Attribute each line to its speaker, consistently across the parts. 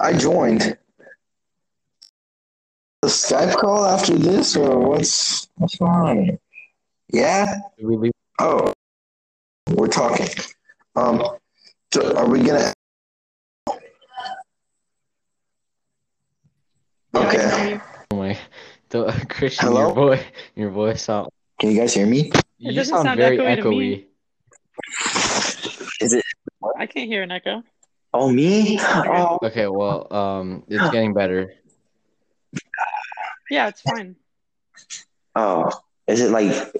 Speaker 1: I joined. The Skype call after this, or what's what's going on? Yeah.
Speaker 2: We leave
Speaker 1: Oh, we're talking. Um, so are we gonna? Okay.
Speaker 2: away. oh The Christian,
Speaker 1: Hello?
Speaker 2: your boy, your voice sound.
Speaker 1: Can you guys hear me?
Speaker 2: You
Speaker 3: It
Speaker 2: just
Speaker 3: doesn't
Speaker 2: sound,
Speaker 3: sound
Speaker 2: very
Speaker 3: echoey to
Speaker 2: echoey.
Speaker 3: me.
Speaker 1: Is it?
Speaker 3: I can't hear an echo.
Speaker 1: Oh, me? Oh,
Speaker 2: Okay, well, um, it's getting better.
Speaker 3: Yeah, it's fine.
Speaker 1: oh. Is it like?
Speaker 2: Yeah,
Speaker 1: what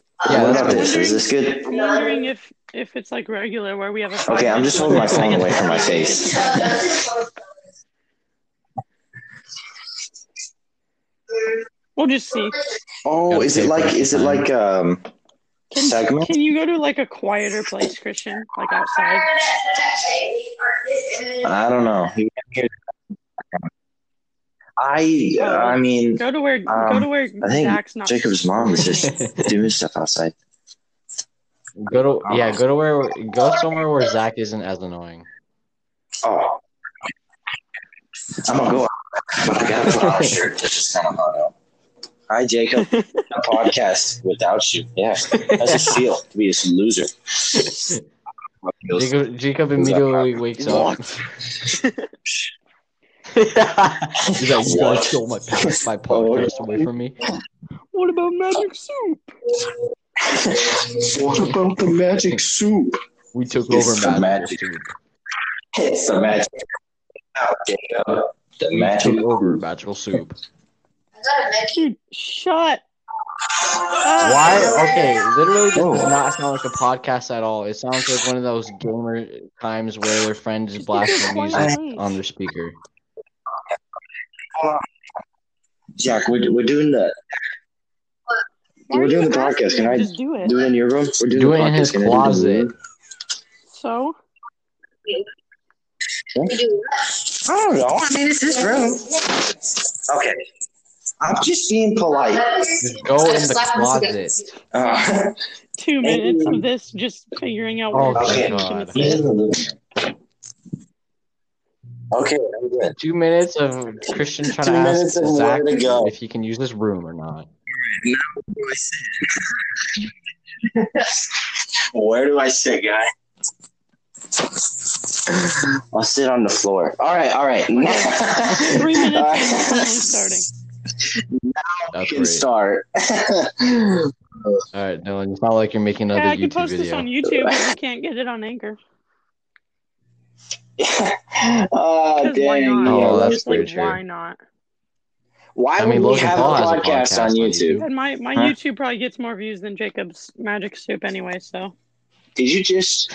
Speaker 2: that's
Speaker 1: about
Speaker 2: fine.
Speaker 1: this? Is this good?
Speaker 3: I'm wondering if if it's like regular where we have a.
Speaker 1: Okay, I'm just holding my phone away from my face.
Speaker 3: We'll just see.
Speaker 1: Oh, is it like? Is it like um?
Speaker 3: Can,
Speaker 1: Segment?
Speaker 3: can you go to like a quieter place, Christian? Like outside?
Speaker 1: I don't know. I I mean,
Speaker 3: Go to where go
Speaker 1: Um,
Speaker 3: to where
Speaker 1: I think
Speaker 3: Zach's not.
Speaker 1: Jacob's mom is just doing stuff outside.
Speaker 2: Go to yeah, go to where go somewhere where Zach isn't as annoying.
Speaker 1: Oh. I'm gonna go out. But I got a flower shirt. It's just kind of hot out. Hi, Jacob. a podcast without you. Yeah. How's it feel to be this loser?
Speaker 2: Jacob, Jacob immediately wakes up. He's like, you
Speaker 1: What? Oh,
Speaker 2: guys stole my my podcast away from me.
Speaker 3: What about magic soup?
Speaker 1: what about the magic soup?
Speaker 2: We took
Speaker 1: It's the
Speaker 2: over
Speaker 1: magic.
Speaker 2: magic.
Speaker 1: It's the magic. Oh, Jacob. The
Speaker 2: We took over magical soup.
Speaker 3: Dude, shut. up.
Speaker 2: Why? Okay, literally, this does
Speaker 1: Oh.
Speaker 2: not sound like a podcast at all. It sounds like one of those gamer times where their friend is blasting music on their speaker.
Speaker 1: Jack, we're, we're doing the
Speaker 3: Why are
Speaker 1: We're
Speaker 3: you
Speaker 1: doing the
Speaker 3: asking
Speaker 1: podcast. Can
Speaker 3: me?
Speaker 1: I
Speaker 3: just do it?
Speaker 1: do it in your room. We're doing
Speaker 2: Do
Speaker 1: the
Speaker 2: it in
Speaker 1: podcast.
Speaker 2: his
Speaker 1: Can I do it in your
Speaker 2: closet.
Speaker 1: room?
Speaker 3: So
Speaker 1: I don't know. I mean, it's his room. Okay. I'm just being polite.
Speaker 2: Just go in the closet.
Speaker 1: Uh,
Speaker 3: two minutes of this just figuring out where
Speaker 2: Oh,
Speaker 3: Christian
Speaker 2: God.
Speaker 3: is.
Speaker 1: okay, I'm good.
Speaker 2: Two minutes of Christian trying
Speaker 1: Two
Speaker 2: to ask
Speaker 1: minutes of where
Speaker 2: Zach
Speaker 1: to go.
Speaker 2: if he can use this room or not.
Speaker 1: Where do I sit, guy? I'll sit on the floor. All right, all right.
Speaker 3: Three minutes
Speaker 1: All
Speaker 3: and
Speaker 1: right.
Speaker 3: it's finally starting.
Speaker 2: That's
Speaker 1: Can
Speaker 2: great.
Speaker 1: start.
Speaker 2: All right, Dylan, it's not like you're making another
Speaker 3: Yeah, I could
Speaker 2: YouTube
Speaker 3: post this
Speaker 2: video.
Speaker 3: on YouTube, but we can't get it on Anchor.
Speaker 1: oh,
Speaker 3: Because why
Speaker 1: dang.
Speaker 3: not?
Speaker 2: Oh,
Speaker 1: Neil.
Speaker 2: that's
Speaker 3: Just, like,
Speaker 2: pretty true.
Speaker 3: Why not?
Speaker 1: Why
Speaker 2: I
Speaker 1: would
Speaker 2: mean,
Speaker 1: we
Speaker 2: Logan
Speaker 1: have a
Speaker 2: Paul has a
Speaker 1: podcast, on
Speaker 2: podcast on
Speaker 1: YouTube?
Speaker 2: YouTube.
Speaker 3: And my, my
Speaker 1: Huh?
Speaker 3: YouTube probably gets more views than Jacob's Magic Soup anyway, so.
Speaker 1: Did you just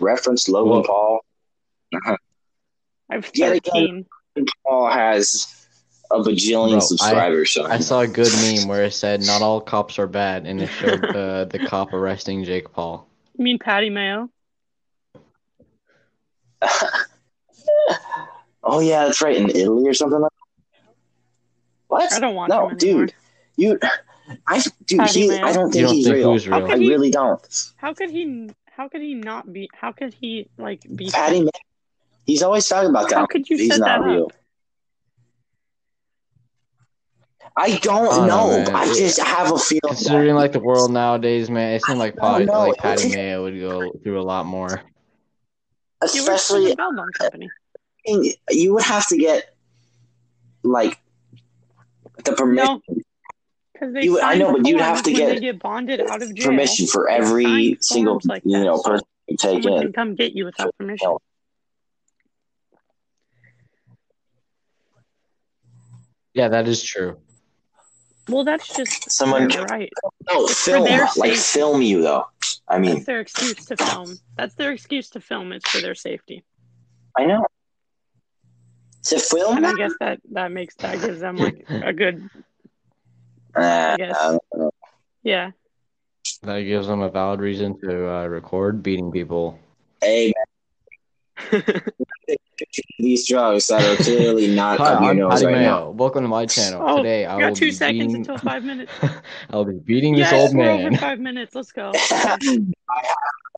Speaker 1: reference Logan
Speaker 2: Well-
Speaker 1: Paul?
Speaker 3: I have
Speaker 1: Yeah, they
Speaker 3: 13.
Speaker 1: Logan Paul has a bajillion
Speaker 2: Bro, I-
Speaker 1: subscribers. so
Speaker 2: I saw a good meme where it said, "Not all cops are bad," and it showed uh, the cop arresting Jake Paul.
Speaker 3: You mean Patty Mayo?
Speaker 1: oh yeah, that's right. In Italy or something like. What?
Speaker 3: I don't want
Speaker 1: no,
Speaker 3: him anymore.
Speaker 1: dude, you, I dude,
Speaker 3: How do
Speaker 1: he,
Speaker 3: you know?
Speaker 1: I don't
Speaker 2: You
Speaker 1: think
Speaker 2: don't
Speaker 1: he's
Speaker 2: think
Speaker 1: real.
Speaker 2: who's
Speaker 3: How
Speaker 2: real?
Speaker 1: I
Speaker 3: could he-
Speaker 1: really don't.
Speaker 3: How could he how could he not be how could he like be
Speaker 1: Patty, Ma- he's always talking about
Speaker 3: How
Speaker 1: that.
Speaker 3: could you
Speaker 1: he's
Speaker 3: set
Speaker 1: not
Speaker 3: that
Speaker 1: real.
Speaker 3: up?
Speaker 1: I don't
Speaker 2: I don't know,
Speaker 1: know.
Speaker 2: Oh, man.
Speaker 1: I just have a feeling.
Speaker 2: Considering like the world nowadays, man, it seemed like
Speaker 1: I
Speaker 2: probably,
Speaker 1: don't know.
Speaker 2: like Patty Mayo would go through a lot more.
Speaker 1: that,
Speaker 3: He works for the
Speaker 1: especially,
Speaker 3: Bell Bond Company.
Speaker 1: thing, you would have to get like the permission,
Speaker 3: No. Because they
Speaker 1: You- I
Speaker 3: sign
Speaker 1: know, but you'd have
Speaker 3: forms
Speaker 1: to
Speaker 3: when
Speaker 1: get
Speaker 3: they get bonded out of jail.
Speaker 1: permission for
Speaker 3: Sign
Speaker 1: every
Speaker 3: forms
Speaker 1: single
Speaker 3: like
Speaker 1: you
Speaker 3: that.
Speaker 1: know person you take
Speaker 3: Someone
Speaker 1: in.
Speaker 3: can come get you without permission.
Speaker 1: No.
Speaker 2: Yeah, that is true.
Speaker 3: Well, that's just
Speaker 1: Someone
Speaker 3: their right.
Speaker 1: no
Speaker 3: It's for
Speaker 1: film
Speaker 3: their
Speaker 1: like
Speaker 3: safety.
Speaker 1: film you though. I mean,
Speaker 3: That's their excuse to film. That's their excuse to film. It's for their safety,
Speaker 1: I know. To film
Speaker 3: and I
Speaker 1: that?
Speaker 3: guess that that makes that gives them like a good
Speaker 1: Nah,
Speaker 3: I guess.
Speaker 1: I don't know.
Speaker 3: yeah.
Speaker 2: That gives them a valid reason to uh, record beating people.
Speaker 1: hey, man. These drugs that are clearly not
Speaker 2: Hi,
Speaker 1: up your
Speaker 2: I'm
Speaker 1: nose
Speaker 2: Patty
Speaker 1: right now.
Speaker 2: Mayo. Welcome to my channel.
Speaker 3: Oh,
Speaker 2: Today,
Speaker 3: I
Speaker 2: I will
Speaker 3: got two
Speaker 2: be
Speaker 3: seconds
Speaker 2: beating.
Speaker 3: until five minutes.
Speaker 2: I'll be beating
Speaker 3: Yes,
Speaker 2: this old
Speaker 3: we're over
Speaker 2: man.
Speaker 3: five minutes. Let's go.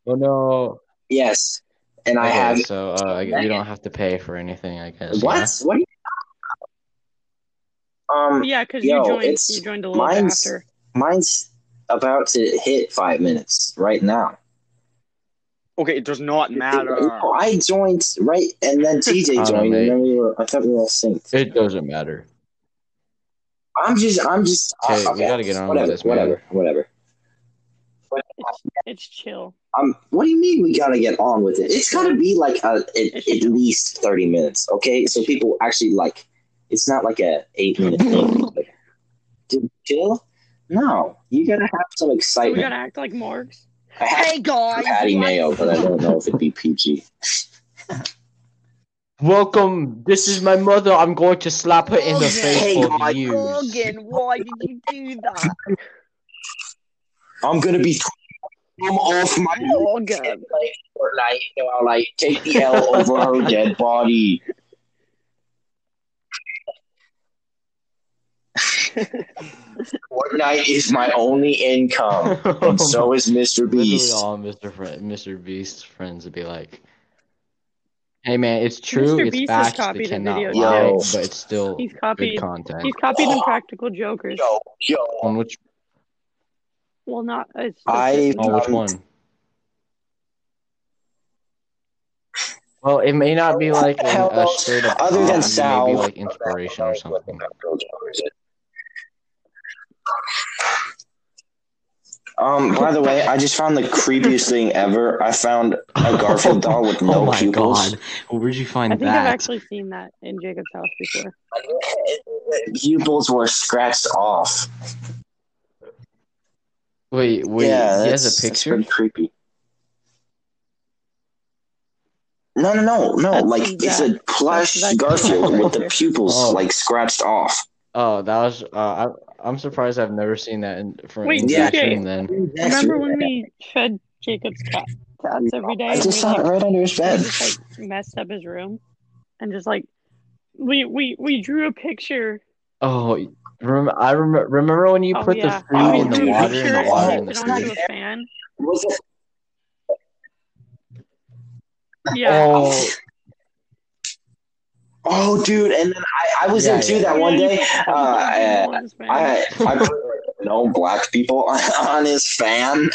Speaker 2: Oh no!
Speaker 1: Yes, and I
Speaker 2: Okay,
Speaker 1: have
Speaker 2: so uh, I- we don't have to pay for anything, I guess.
Speaker 1: what? What? Are you um,
Speaker 3: Yeah, because
Speaker 1: Yo,
Speaker 3: you joined.
Speaker 1: it's-
Speaker 3: You joined a little bit
Speaker 1: mine's-
Speaker 3: after.
Speaker 1: mine's about to hit five minutes right now.
Speaker 4: Okay, it does not matter.
Speaker 1: No, I joined right, and then
Speaker 2: I
Speaker 1: TJ
Speaker 2: don't know,
Speaker 1: joined,
Speaker 2: mate.
Speaker 1: and then we were. I thought we were all synced.
Speaker 2: Yeah? It doesn't matter.
Speaker 1: I'm just. I'm just. ah,
Speaker 2: Okay, we
Speaker 1: okay,
Speaker 2: gotta get on with
Speaker 1: whatever,
Speaker 2: this, man.
Speaker 1: Whatever. Whatever.
Speaker 3: It's chill.
Speaker 1: Um, what do you mean we gotta get on with it? It's gotta be like a, at, at least thirty minutes, okay? So people actually like. It's not like a eight minute thing. Like, dude, chill. No, you gotta have some
Speaker 3: So we
Speaker 1: excitement.
Speaker 3: gotta act like marks.
Speaker 1: I have
Speaker 4: guys.
Speaker 1: Patty Mayo, but I don't know if it'd be PG.
Speaker 2: Welcome. This is my mother. I'm going to slap her in the
Speaker 1: Morgan.
Speaker 2: face
Speaker 1: Hey,
Speaker 2: for
Speaker 1: God.
Speaker 2: views.
Speaker 4: why did you do that?
Speaker 1: I'm gonna be. I'm off my.
Speaker 4: Morgan.
Speaker 1: like Fortnite, you know, like take the L over her dead body. Fortnite is my only income, and so is Mr.
Speaker 2: Oh, Literally
Speaker 1: Beast.
Speaker 2: all Mr. Fr- Mr. Beast's friends would be like, "Hey man, it's true.
Speaker 3: Mr.
Speaker 2: It's
Speaker 3: Beast has
Speaker 2: facts. They
Speaker 3: copied the
Speaker 2: cannot
Speaker 3: video
Speaker 2: lie,
Speaker 1: game.
Speaker 2: but it's still
Speaker 3: He's
Speaker 2: good
Speaker 3: copied.
Speaker 2: content."
Speaker 3: He's copied Impractical Jokers.
Speaker 1: Oh. Yo, yo,
Speaker 2: on which?
Speaker 3: Well, not. It's, it's
Speaker 1: I-
Speaker 2: On Oh, which
Speaker 1: Um,
Speaker 2: one? Well, it may not be like an,
Speaker 1: Hell,
Speaker 2: a straight up.
Speaker 1: other
Speaker 2: copy,
Speaker 1: than
Speaker 2: it may
Speaker 1: Sal-
Speaker 2: be like inspiration or something.
Speaker 1: Um, by the way, I just found the creepiest thing ever. I found a Garfield doll with
Speaker 2: oh
Speaker 1: no
Speaker 2: my
Speaker 1: pupils.
Speaker 2: god! Where'd you
Speaker 3: I
Speaker 2: find
Speaker 3: think I've
Speaker 2: that?
Speaker 3: actually seen that in Jacob's house before.
Speaker 1: Pupils were scratched off.
Speaker 2: Wait, wait.
Speaker 1: yeah,
Speaker 2: he
Speaker 1: that's-
Speaker 2: has a
Speaker 1: that's
Speaker 2: picture.
Speaker 1: pretty creepy. No, no, no, no!
Speaker 3: That's
Speaker 1: like
Speaker 3: exact-
Speaker 1: it's a plush
Speaker 3: that's exact
Speaker 1: Garfield with the
Speaker 3: picture.
Speaker 1: pupils
Speaker 2: Oh.
Speaker 1: like scratched off.
Speaker 2: Oh, that was. Uh, I, I'm surprised I've never seen that in, from
Speaker 3: Wait,
Speaker 2: in
Speaker 1: yeah.
Speaker 2: action. Then
Speaker 3: Remember when we fed Jacob's cat cats every day?
Speaker 1: I
Speaker 3: and
Speaker 1: just
Speaker 3: we,
Speaker 1: saw it
Speaker 3: like,
Speaker 1: right under his
Speaker 3: we
Speaker 1: bed.
Speaker 3: just like messed up his room, and just like we we we drew a picture.
Speaker 2: Oh, rem- I rem- remember when you
Speaker 3: oh
Speaker 2: put
Speaker 3: yeah,
Speaker 2: the food
Speaker 1: Oh,
Speaker 2: in the
Speaker 1: dude,
Speaker 2: water
Speaker 1: you
Speaker 2: and the
Speaker 1: sure
Speaker 2: water in
Speaker 3: and
Speaker 2: the
Speaker 1: it's
Speaker 3: taped it
Speaker 2: food.
Speaker 3: onto a fan.
Speaker 1: Was it-
Speaker 3: Yeah,
Speaker 2: Oh,
Speaker 1: Oh, dude! And then I, I was
Speaker 2: Yeah,
Speaker 1: there too
Speaker 2: yeah.
Speaker 1: that
Speaker 3: Yeah,
Speaker 1: one
Speaker 3: you
Speaker 1: day.
Speaker 3: put
Speaker 1: Uh,
Speaker 3: the
Speaker 1: I,
Speaker 3: food on his fan.
Speaker 1: I I put no black people on, on his fan.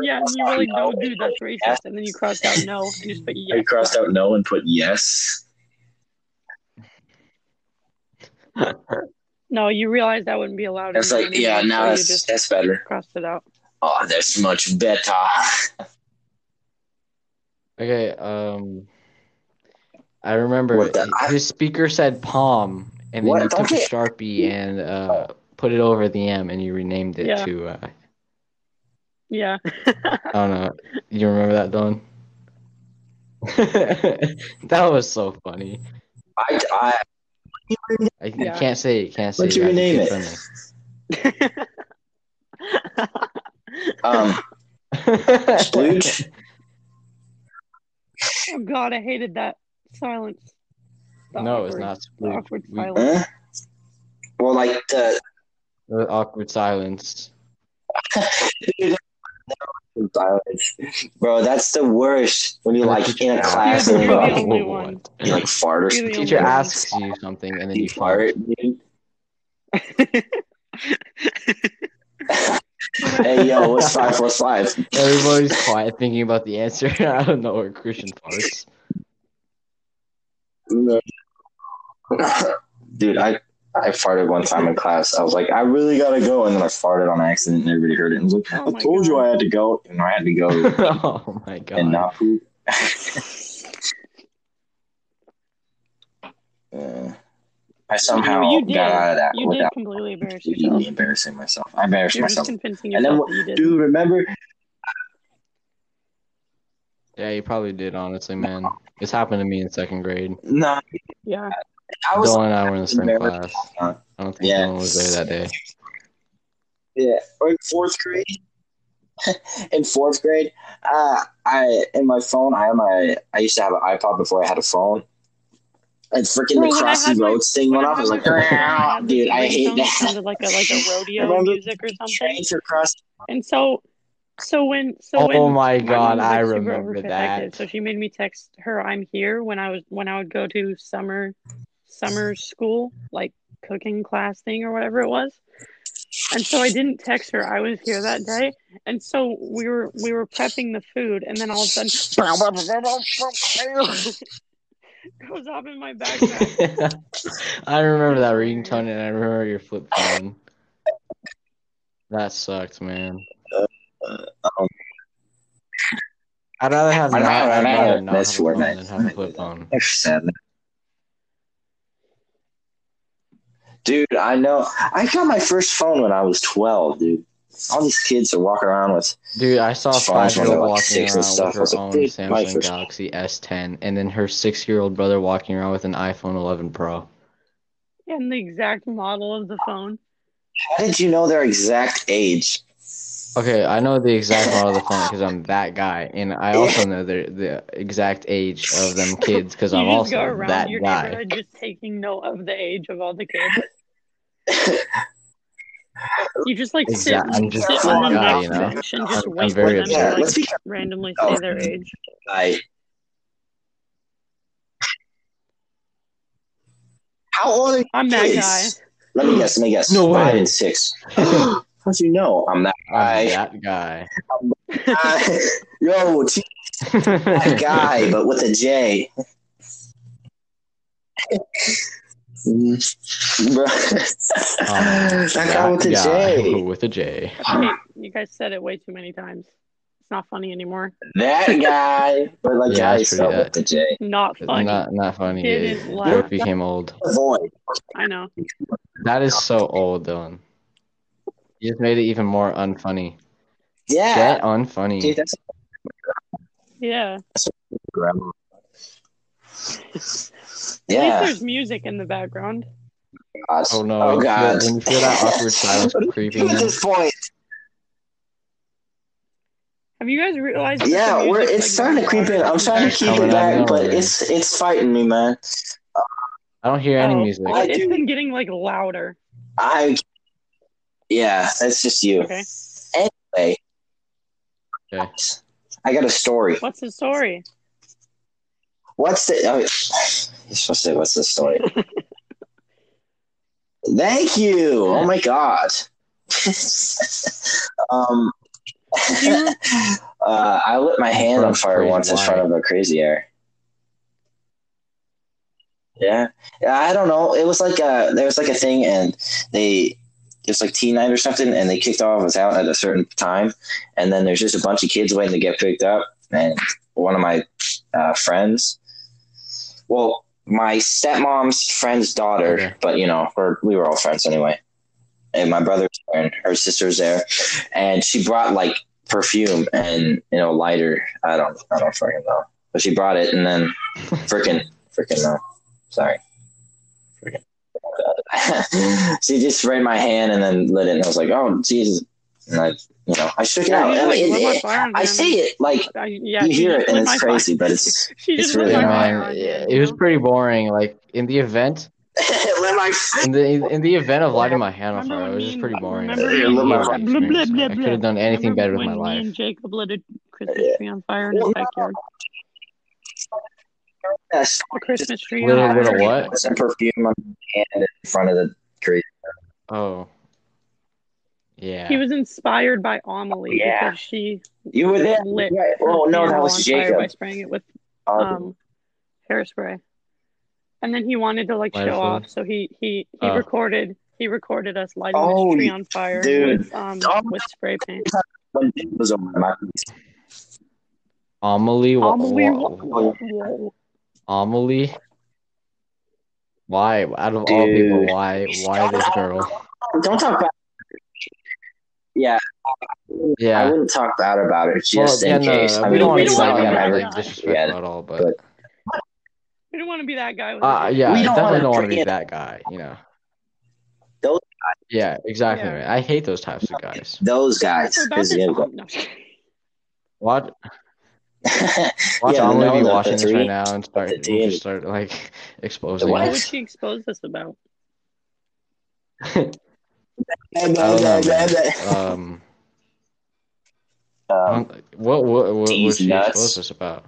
Speaker 3: yeah, and you were like, no, dude, that's racist. And then you crossed out no, and you just put yes.
Speaker 1: I crossed out no and put yes.
Speaker 3: No, you realized that wouldn't be allowed.
Speaker 1: It's
Speaker 3: in
Speaker 1: like
Speaker 3: Germany,
Speaker 1: yeah,
Speaker 3: so
Speaker 1: now
Speaker 3: you
Speaker 1: that's
Speaker 3: just
Speaker 1: that's better.
Speaker 3: crossed it out.
Speaker 1: Oh, that's much better.
Speaker 2: okay. Um, I remember
Speaker 1: What the-
Speaker 2: h- his speaker said palm, and then
Speaker 1: What?
Speaker 2: you took a
Speaker 1: Okay.
Speaker 2: sharpie and uh, put it over the M, and you renamed it
Speaker 3: Yeah.
Speaker 2: to. Uh,
Speaker 3: Yeah,
Speaker 2: I don't know. You remember that, Don? that was so funny.
Speaker 1: I, I
Speaker 2: I, You
Speaker 3: Yeah.
Speaker 2: can't say it. Can't say
Speaker 1: What'd you
Speaker 2: that, it's
Speaker 1: rename it?
Speaker 2: kid-friendly.
Speaker 1: um splooge.
Speaker 3: oh god, I hated that silence. The
Speaker 2: no, it's
Speaker 3: awkward-
Speaker 2: not
Speaker 3: the
Speaker 2: splooge.
Speaker 3: awkward
Speaker 2: We-
Speaker 3: silence.
Speaker 1: Huh? Well, like the
Speaker 2: the awkward silence.
Speaker 1: bro, that's the worst when you're like in a class
Speaker 3: You're
Speaker 1: and
Speaker 3: the
Speaker 1: you're
Speaker 3: really
Speaker 1: like,
Speaker 3: only
Speaker 2: What?
Speaker 3: one.
Speaker 1: you like fart or
Speaker 3: You're the
Speaker 1: something.
Speaker 2: Teacher
Speaker 3: only one.
Speaker 2: asks you something and then
Speaker 1: You
Speaker 2: you fart.
Speaker 1: fart, dude. hey yo, what's five plus five?
Speaker 2: Everybody's quiet thinking about the answer. I don't know where Christian farts.
Speaker 1: No. Dude, I I farted one time in class. I was like, I really gotta go, and then I farted on accident, and everybody heard it. And I was like,
Speaker 3: Oh
Speaker 1: I
Speaker 3: my
Speaker 1: told you
Speaker 3: God.
Speaker 1: I had to go, and I had to go
Speaker 2: oh my god.
Speaker 1: and not poop. Uh, I somehow
Speaker 3: you did.
Speaker 1: got out of that
Speaker 3: You did
Speaker 1: without
Speaker 3: completely embarrass yourself.
Speaker 1: really embarrassing myself. I embarrassed
Speaker 3: You're just
Speaker 1: myself.
Speaker 3: convincing
Speaker 1: And then
Speaker 3: yourself that you did.
Speaker 1: Dude, remember?
Speaker 2: Yeah, you probably did, honestly, man. This happened to me in second grade.
Speaker 1: No,
Speaker 3: Yeah,
Speaker 1: I was.
Speaker 2: Dylan and I were in the same
Speaker 1: Never.
Speaker 2: class.
Speaker 1: Huh?
Speaker 2: I don't think
Speaker 1: Yeah.
Speaker 2: Dylan was there that day.
Speaker 1: Yeah, or in fourth grade. in fourth grade, uh, I in my phone, I had my I used to have an iPod before I had a phone. And freaking
Speaker 3: Bro,
Speaker 1: the
Speaker 3: when I
Speaker 1: Crossy
Speaker 3: had my-
Speaker 1: Roads thing went
Speaker 3: When
Speaker 1: off. I was like, "Ah,
Speaker 3: had my phone, I had
Speaker 1: dude,
Speaker 3: this
Speaker 1: I hate
Speaker 3: ringtone that
Speaker 1: that.
Speaker 3: Sounded like a like a rodeo
Speaker 1: Remember
Speaker 3: music or something.
Speaker 1: Train for Crossy.
Speaker 3: And so So when so when
Speaker 2: Oh my
Speaker 3: my mom
Speaker 2: god,
Speaker 3: was,
Speaker 2: I
Speaker 3: like, super
Speaker 2: remember
Speaker 3: overprotective,
Speaker 2: that.
Speaker 3: So she made me text her I'm here when I was when I would go to summer summer school, like cooking class thing or whatever it was. And so I didn't text her. I was here that day. And so we were we were prepping the food and then all of a sudden goes off in my backpack.
Speaker 2: I remember that ringtone and I remember your flip phone. That sucked, man.
Speaker 1: um,
Speaker 2: I'd rather have
Speaker 1: I'd
Speaker 2: not,
Speaker 1: rather
Speaker 2: I'd
Speaker 1: have
Speaker 2: rather not have a
Speaker 1: this
Speaker 2: flip phone
Speaker 1: format.
Speaker 2: than have a flip phone.
Speaker 1: They're seven. Dude, I know. I got my first phone when I was 12, dude. All these kids are walking around with.
Speaker 2: Dude, I saw a
Speaker 1: As far
Speaker 2: five
Speaker 1: as
Speaker 2: year
Speaker 1: when
Speaker 2: old
Speaker 1: they're, like,
Speaker 2: walking
Speaker 1: six and
Speaker 2: around
Speaker 1: stuff, I
Speaker 2: with
Speaker 1: was
Speaker 2: her
Speaker 1: like,
Speaker 2: own
Speaker 1: dude, my
Speaker 2: Samsung
Speaker 1: first-
Speaker 2: Galaxy S10, and then her six year old brother walking around with an iPhone 11 Pro.
Speaker 3: and the exact model of the phone.
Speaker 1: How did you know their exact age?
Speaker 2: Okay, I know the exact model of the phone because I'm that guy, and I also know the the exact age of them kids because
Speaker 3: You
Speaker 2: I'm
Speaker 3: just
Speaker 2: also
Speaker 3: go
Speaker 2: that
Speaker 3: around your
Speaker 2: guy.
Speaker 3: neighborhood just taking note of the age of all the kids. You just like
Speaker 2: Exactly.
Speaker 3: sit,
Speaker 2: I'm just
Speaker 3: sit
Speaker 1: that
Speaker 3: on the
Speaker 1: guy,
Speaker 3: next
Speaker 1: you know?
Speaker 3: bench and just
Speaker 2: I'm-
Speaker 3: wait
Speaker 2: I'm very
Speaker 3: for them
Speaker 1: Yeah,
Speaker 3: to like
Speaker 1: let's be
Speaker 3: randomly
Speaker 1: Oh.
Speaker 3: say their age.
Speaker 1: I. How old are you?
Speaker 3: I'm that guy.
Speaker 1: Let me guess. Let me guess.
Speaker 2: No way.
Speaker 1: Five and six. How'd you know? I'm that
Speaker 2: I'm
Speaker 1: guy.
Speaker 2: that guy.
Speaker 1: I, yo, T that guy, but with a J. Bruh.
Speaker 2: Um,
Speaker 1: that guy with a
Speaker 2: guy
Speaker 1: J.
Speaker 2: With a J.
Speaker 3: Okay, you guys said it way too many times. It's not funny anymore.
Speaker 1: That guy, but like
Speaker 2: Yeah,
Speaker 1: guy
Speaker 2: that's
Speaker 1: spelled
Speaker 2: pretty-
Speaker 1: with a J.
Speaker 3: Not funny.
Speaker 2: Not not funny.
Speaker 3: It
Speaker 2: It,
Speaker 3: is
Speaker 2: it
Speaker 3: loud.
Speaker 2: became old.
Speaker 1: Void.
Speaker 3: I know.
Speaker 2: That is so old, Dylan. You just made it even more unfunny.
Speaker 1: Yeah.
Speaker 2: Get unfunny.
Speaker 1: Dude, that's
Speaker 3: Yeah.
Speaker 1: grammar.
Speaker 3: At least
Speaker 1: Yeah.
Speaker 3: there's music in the background.
Speaker 1: God.
Speaker 2: Oh no!
Speaker 1: Oh
Speaker 2: when, you feel,
Speaker 1: god.
Speaker 2: when you feel that awkward silence creeping
Speaker 1: Dude,
Speaker 2: in,
Speaker 1: at this point,
Speaker 3: Have you guys realized? that
Speaker 1: yeah,
Speaker 3: the
Speaker 1: we're
Speaker 3: music's,
Speaker 1: it's
Speaker 3: like,
Speaker 1: starting to creep in. I'm trying to keep it
Speaker 2: Coming out
Speaker 1: back,
Speaker 2: of
Speaker 1: but
Speaker 2: nowhere.
Speaker 1: it's it's fighting me, man.
Speaker 2: I don't hear any
Speaker 3: Oh.
Speaker 2: music.
Speaker 1: I
Speaker 3: It's
Speaker 1: do-
Speaker 3: been getting like louder.
Speaker 1: I. Yeah, that's just you.
Speaker 3: Okay.
Speaker 1: Anyway,
Speaker 2: Okay.
Speaker 1: I got a story.
Speaker 3: What's the story?
Speaker 1: What's the? Oh, you're supposed to say what's the story? Thank you. Oh my god. um, uh, I lit my hand on fire
Speaker 2: Crazy
Speaker 1: once in
Speaker 2: wine.
Speaker 1: front of a crazy air. Yeah, Yeah, I don't know. It was like a there was like a thing, and they it was like teen night or something, and they kicked all of us out at a certain time, and then there's just a bunch of kids waiting to get picked up, and one of my uh, friends, well, my stepmom's friend's daughter,
Speaker 2: Okay.
Speaker 1: but you know, we're, we were all friends anyway, and my brother's there, and her sister's there, and she brought like perfume and you know lighter. I don't, I don't fucking know, but she brought it, and then freaking, freaking no, sorry. Frickin'. she just sprayed my hand and then lit it, and I was like, "Oh Jesus!" And I, you know, I shook it out. I,
Speaker 3: You just,
Speaker 1: mean,
Speaker 3: like,
Speaker 1: it-
Speaker 3: lit
Speaker 1: it-
Speaker 3: my fire on
Speaker 1: I
Speaker 3: him.
Speaker 1: say it like
Speaker 3: I, yeah,
Speaker 1: you
Speaker 3: she
Speaker 1: hear
Speaker 3: just
Speaker 1: it and
Speaker 3: lit
Speaker 1: it's
Speaker 3: my
Speaker 1: crazy,
Speaker 3: fire.
Speaker 1: but it's
Speaker 3: She
Speaker 1: it's
Speaker 3: just
Speaker 1: really
Speaker 3: lit my
Speaker 2: Yeah,
Speaker 3: fire
Speaker 2: man, it
Speaker 3: on him,
Speaker 2: it was
Speaker 3: you know?
Speaker 2: pretty boring. Like in the event,
Speaker 1: Let my f-
Speaker 2: in the in the event of lighting my hand on
Speaker 3: Remember
Speaker 2: fire, it
Speaker 3: when
Speaker 2: was just
Speaker 3: me
Speaker 2: pretty
Speaker 3: and-
Speaker 2: boring.
Speaker 3: remember
Speaker 2: It was
Speaker 1: when
Speaker 2: a
Speaker 1: me and-
Speaker 2: boring
Speaker 3: blah, blah,
Speaker 2: experience.
Speaker 3: blah,
Speaker 2: I could
Speaker 3: blah.
Speaker 2: have done anything
Speaker 3: Remember
Speaker 2: better with my
Speaker 3: when Me
Speaker 2: life.
Speaker 3: and Jacob lit a Christmas
Speaker 1: Yeah.
Speaker 3: tree on fire in
Speaker 1: Well,
Speaker 3: his
Speaker 1: no.
Speaker 3: backyard.
Speaker 1: yes.
Speaker 3: A Christmas tree
Speaker 2: Little-
Speaker 3: on
Speaker 2: little
Speaker 3: fire.
Speaker 2: what?
Speaker 1: Some perfume on my hand in front of the tree.
Speaker 2: Oh, yeah.
Speaker 3: He was inspired by Amelie
Speaker 1: Yeah.
Speaker 3: because she
Speaker 1: You were there.
Speaker 3: lit.
Speaker 1: Right.
Speaker 3: her
Speaker 1: Oh no, that
Speaker 3: candle
Speaker 1: was
Speaker 3: on fire By
Speaker 1: Jacob.
Speaker 3: spraying it with
Speaker 1: Um,
Speaker 3: um, hairspray, and then he wanted to like
Speaker 2: Lighter
Speaker 3: show
Speaker 2: fluid?
Speaker 3: off, so he he he
Speaker 2: Oh.
Speaker 3: recorded he recorded us lighting
Speaker 1: Oh,
Speaker 3: this tree on fire
Speaker 1: dude.
Speaker 3: with um
Speaker 1: Oh.
Speaker 3: with spray paint.
Speaker 1: when it was on my
Speaker 2: Amelie. Wa-
Speaker 3: Amelie,
Speaker 2: wa-
Speaker 3: wa- wa-
Speaker 2: Amelie. Why, out of all people,
Speaker 1: Dude.
Speaker 2: why, why this girl?
Speaker 1: "Oh, Don't talk about. Yeah. I
Speaker 2: Yeah.
Speaker 1: wouldn't talk bad about her just
Speaker 2: Well, yeah,
Speaker 1: in
Speaker 2: no, no,
Speaker 1: case.
Speaker 2: no,
Speaker 1: I
Speaker 2: we
Speaker 1: mean,
Speaker 2: don't want
Speaker 3: we
Speaker 2: to
Speaker 1: it's
Speaker 3: don't
Speaker 1: not
Speaker 2: sound
Speaker 1: like
Speaker 3: wanna
Speaker 1: I'm
Speaker 3: be that
Speaker 1: ever.
Speaker 3: guy.
Speaker 2: like disrespectful at all, but
Speaker 3: we don't want to be that guy. With
Speaker 2: uh, yeah,
Speaker 1: We
Speaker 2: I
Speaker 1: don't
Speaker 2: definitely
Speaker 1: wanna
Speaker 2: don't want to
Speaker 1: bring
Speaker 2: be
Speaker 1: it-
Speaker 2: that guy. You know.
Speaker 1: Those
Speaker 2: Yeah, exactly.
Speaker 3: Yeah.
Speaker 2: man. I hate those types of guys.
Speaker 1: Those guys.
Speaker 3: We're about
Speaker 1: is
Speaker 3: this.
Speaker 1: the
Speaker 3: No,
Speaker 1: other
Speaker 3: I'm just kidding.
Speaker 2: Watch,
Speaker 1: one.
Speaker 2: watch
Speaker 1: Yeah,
Speaker 2: Amelie
Speaker 1: no,
Speaker 2: be
Speaker 1: the- the
Speaker 2: watching this
Speaker 1: three-
Speaker 2: right now and start,
Speaker 1: the
Speaker 2: we'll
Speaker 1: dude.
Speaker 2: just start like exposing.
Speaker 1: what?
Speaker 3: What
Speaker 2: her.
Speaker 3: would she expose us about?
Speaker 2: Oh, I don't know, man. um, I
Speaker 1: Um,
Speaker 2: don't- What what what
Speaker 1: These
Speaker 2: was she
Speaker 1: nuts.
Speaker 2: exposed us about?